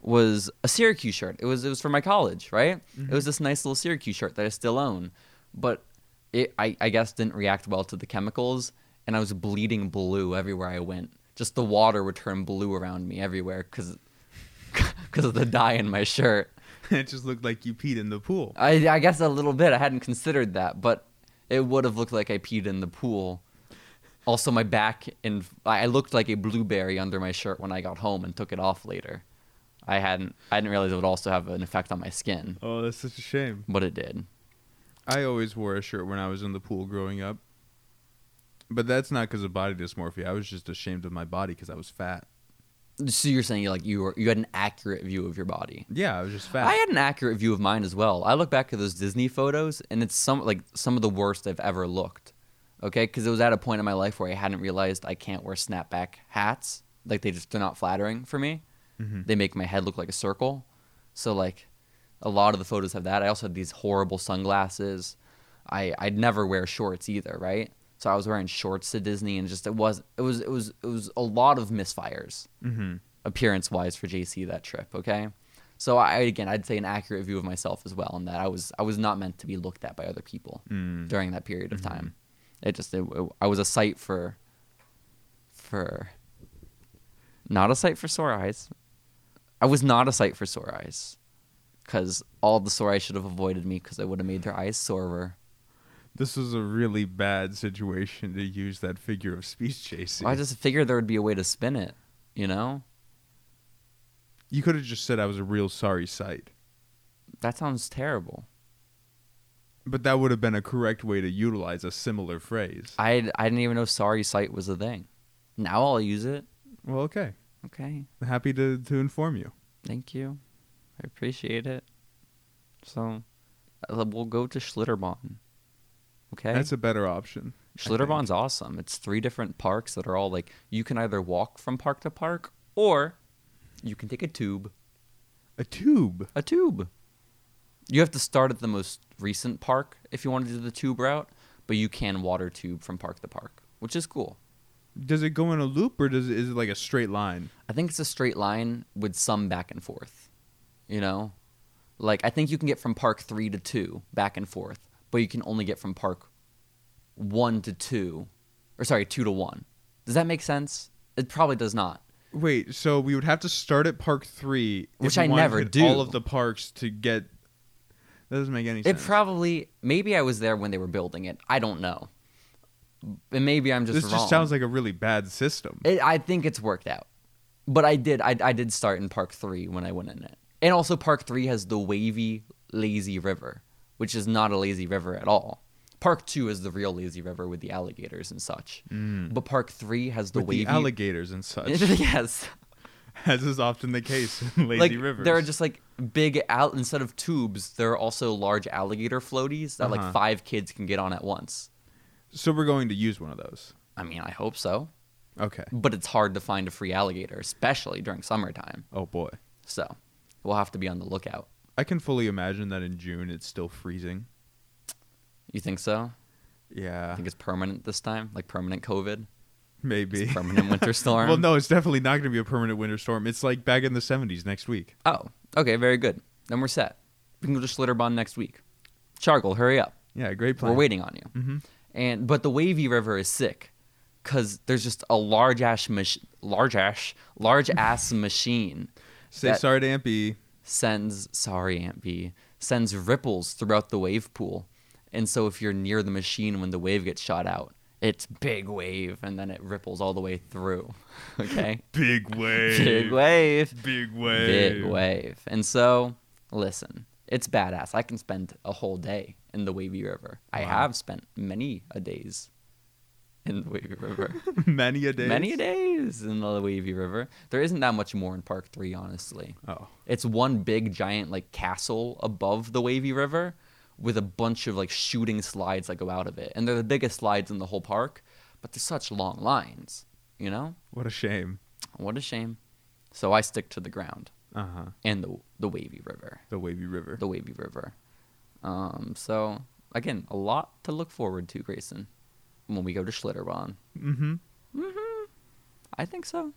A: was a Syracuse shirt. It was it was for my college, right? It was this nice little Syracuse shirt that I still own, but it I, I guess didn't react well to the chemicals, and I was bleeding blue everywhere I went. Just the water would turn blue around me everywhere because [laughs] because of the dye in my shirt.
B: it just looked like you peed in the pool.
A: I, I guess a little bit. I hadn't considered that, but it would have looked like I peed in the pool. Also, my back and I looked like a blueberry under my shirt when I got home and took it off later. I hadn't I didn't realize it would also have an effect on my skin,
B: Oh, that's such a shame.
A: but it did.
B: I always wore a shirt when I was in the pool growing up. But that's not because of body dysmorphia. I was just ashamed of my body because I was fat.
A: So you're saying you like you were you had an accurate view of your body.
B: Yeah, I was just fat.
A: I had an accurate view of mine as well. I look back at those Disney photos, and it's some like some of the worst I've ever looked. Okay, because it was at a point in my life where I hadn't realized I can't wear snapback hats. Like they just they're not flattering for me. They make my head look like a circle. So like, a lot of the photos have that. I also had these horrible sunglasses. I I'd never wear shorts either, right? So I was wearing shorts to Disney, and just it was it was it was it was a lot of misfires
B: mm-hmm.
A: appearance wise for JC that trip. Okay, so I again I'd say an accurate view of myself as well, in that I was I was not meant to be looked at by other people
B: Mm.
A: during that period of time. It just it, it- I was a sight for for not a sight for sore eyes. I was not a sight for sore eyes because all the sore eyes should have avoided me because I would have made their eyes sorer.
B: This was a really bad situation to use that figure of speech, JC.
A: I just figured there would be a way to spin it, you know.
B: you could have just said I was a real sorry sight.
A: That sounds terrible.
B: But that would have been a correct way to utilize a similar phrase.
A: I I didn't even know sorry sight was a thing. Now I'll use it.
B: Well, okay.
A: Okay,
B: Happy to, to inform you.
A: thank you. I appreciate it. So uh, we'll go to Schlitterbahn. Okay,
B: That's a better option.
A: Schlitterbahn's awesome. It's three different parks that are all like you can either walk from park to park or you can take a tube.
B: A tube.
A: a tube. You have to start at the most recent park if you want to do the tube route, but you can water tube from park to park, which is cool.
B: Does it go in a loop or does it, is it like a straight line?
A: I think it's a straight line with some back and forth. You know? Like I think you can get from park 3 to 2 back and forth, but you can only get from park 1 to 2 or sorry, 2 to 1. Does that make sense? It probably does not.
B: Wait, so we would have to start at park three, if
A: Which
B: we
A: I
B: wanted to
A: never
B: hit
A: do.
B: All of the parks to get. That doesn't make any
A: It
B: sense.
A: probably maybe I was there when they were building it. I don't know. And maybe I'm just
B: this
A: wrong.
B: just sounds like a really bad system.
A: It, I think it's worked out, but I did I, I did start in Park Three when I went in it, and also Park Three has the wavy lazy river, which is not a lazy river at all. Park Two is the real lazy river with the alligators and such, but Park Three has the
B: Mm. with
A: wavy [laughs]
B: the alligators and such,
A: yes,
B: as is often the case in lazy
A: like
B: rivers.
A: there are just like big al- instead of tubes, there are also large alligator floaties that
B: Uh-huh.
A: like five kids can get on at once.
B: so we're going to use one of those.
A: I mean, I hope so,
B: Okay.
A: but it's hard to find a free alligator, especially during summertime.
B: Oh boy,
A: So we'll have to be on the lookout.
B: I can fully imagine that in June it's still freezing.
A: You think so? I
B: Yeah,
A: think it's permanent this time, like permanent COVID,
B: maybe.
A: permanent winter storm.
B: [laughs] Well, no, it's definitely not going to be a permanent winter storm. It's like back in the 70s next week.
A: Oh, okay, very good. Then we're set. We can go to Schlitterbahn next week. Chargle, hurry up.
B: Yeah, great plan.
A: We're waiting on you. Mm-hmm. And but the wavy river is sick, cause there's just a large ass mach- large ass large ass machine
B: Say
A: that-
B: sorry to Ampy.
A: sends sorry Aunt B sends ripples throughout the wave pool, and so if you're near the machine when the wave gets shot out, it's big wave, and then it ripples all the way through. [laughs] Okay.
B: Big wave.
A: [laughs] Big wave.
B: Big wave.
A: Big wave. And so, listen, it's badass. I can spend a whole day in the Wavy River. I
B: Wow.
A: have spent many a days in the Wavy
B: [laughs]
A: River.
B: Many a day.
A: many a days in the Wavy River. There isn't that much more in Park 3, honestly.
B: Oh.
A: It's one big giant like castle above the Wavy River with a bunch of like shooting slides that go out of it. And they're the biggest slides in the whole park, but they're such long lines, you know?
B: What a shame.
A: What a shame. So I stick to the ground
B: Uh huh.
A: and the the wavy river,
B: The wavy river.
A: the wavy river. Um, so again, a lot to look forward to, Grayson. when we go to Schlitterbahn.
B: Mm-hmm.
A: I think so.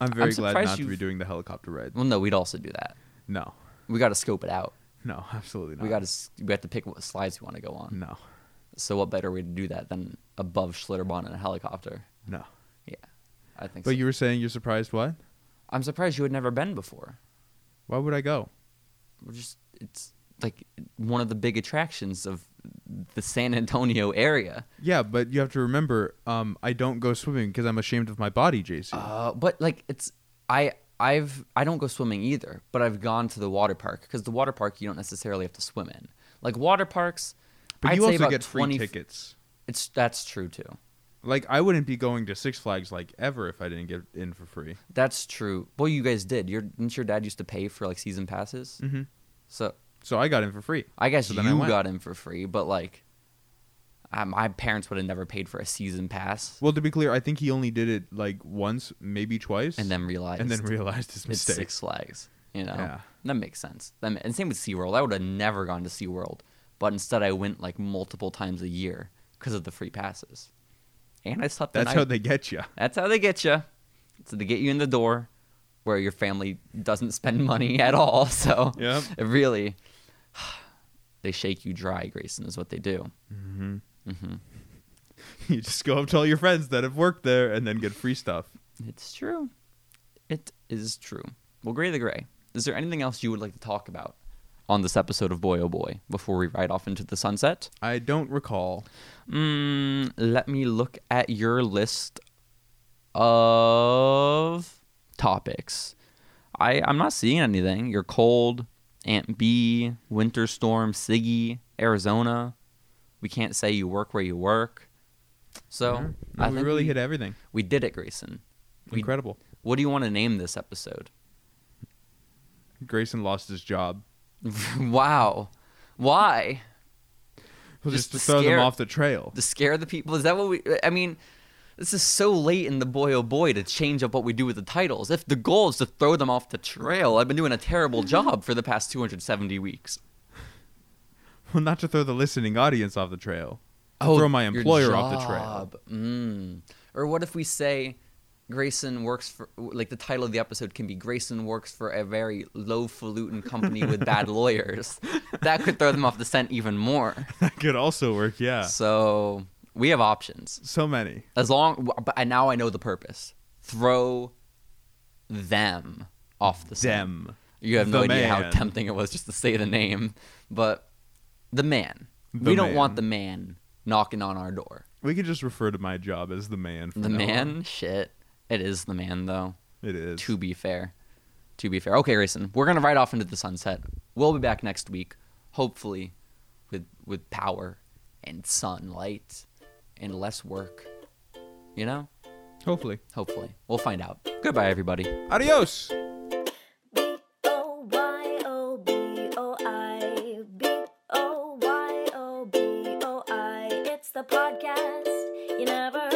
B: I'm very glad
A: surprised
B: not to
A: you've-
B: be doing the helicopter ride.
A: Well, no, we'd also do that.
B: No,
A: We got to scope it out.
B: no, absolutely not.
A: We got to we have to pick what slides we want to go on.
B: no,
A: So what better way to do that than above Schlitterbahn in a helicopter?
B: no.
A: Yeah, I think. so.
B: But you were saying you're surprised. What?
A: I'm surprised you had never been before.
B: Why would I go?
A: We're just it's like one of the big attractions of the San Antonio area.
B: Yeah, but you have to remember, um, I don't go swimming because I'm ashamed of my body, JC.
A: Uh, but like it's I I've I don't go swimming either, but I've gone to the water park because the water park you don't necessarily have to swim in. Like water parks,
B: but
A: I'd
B: you
A: say
B: also
A: about
B: get free
A: 20
B: tickets.
A: It's that's true too.
B: Like I wouldn't be going to Six Flags like ever if I didn't get in for free.
A: That's true. Well, you guys did. Your didn't your dad used to pay for like season passes?
B: Mhm.
A: So
B: So I got in for free.
A: I guess
B: So then I
A: you
B: went.
A: got in for free, but like, I, my parents would have never paid for a season pass,
B: Well, to be clear, I think he only did it like once, maybe twice,
A: and then realized
B: and then realized his
A: it's
B: mistake.
A: Six Flags. You know,
B: Yeah.
A: that makes sense. That, ma- and same with SeaWorld. I would have never gone to SeaWorld, but instead I went like multiple times a year because of the free passes, and I slept. the
B: That's
A: night.
B: how they get you.
A: That's how they get you. So they get you in the door where your family doesn't spend money at all. [laughs] So
B: Yep.
A: it really, [sighs] they shake you dry, Grayson, is what they do.
B: [laughs] you just go up to all your friends that have worked there and then get free stuff.
A: It's true. It is true. Well, Gray the Gray, is there anything else you would like to talk about on this episode of Boy Oh Boy before we ride off into the sunset?
B: I don't recall.
A: Mm, let me look at your list of topics. I, I'm not seeing anything. You're cold, Aunt B, winter storm, Siggy, Arizona. We can't say you work where you work. So
B: No,
A: I
B: we
A: think
B: really
A: Mm-hmm. we,
B: hit everything.
A: we did it, Grayson. We-
B: Incredible.
A: What do you want to name this episode?
B: Grayson lost his job.
A: [laughs] wow. Why?
B: Well,
A: Just
B: just to
A: to
B: throw
A: scare-
B: them off the trail.
A: To scare the people? Is that what we. I mean, this is so late in the boy oh boy to change up what we do with the titles. If the goal is to throw them off the trail, I've been doing a terrible
B: Mm-hmm.
A: job for the past 270 weeks.
B: Well, not to throw the listening audience off the trail. To Oh, throw my
A: Oh, your
B: employer off the trail. [laughs]
A: job. Mm. Or what if we say Grayson works for. Like the title of the episode can be Grayson works for a very lowfalutin company with
B: [laughs]
A: bad lawyers. That could throw them off the scent even more.
B: That could also work, yeah.
A: So we have options.
B: So many.
A: As long, but I- now I know the purpose. Throw them off the scent.
B: Them.
A: You have no
B: The
A: idea how
B: man.
A: tempting it was just to say the name, but the man.
B: The
A: we don't want
B: man.
A: the man knocking on our door.
B: We could just refer to my job as the man. From
A: The
B: now on.
A: man, shit, it is the man though.
B: It is.
A: To be fair, to be fair. Okay, Grayson, we're gonna ride off into the sunset. We'll be back next week, hopefully, with with power and sunlight and less work. You know.
B: Hopefully.
A: Hopefully. We'll find out. Goodbye, everybody.
B: Adios.
C: B O Y O B O I B O Y O B O I. It's the podcast you never oh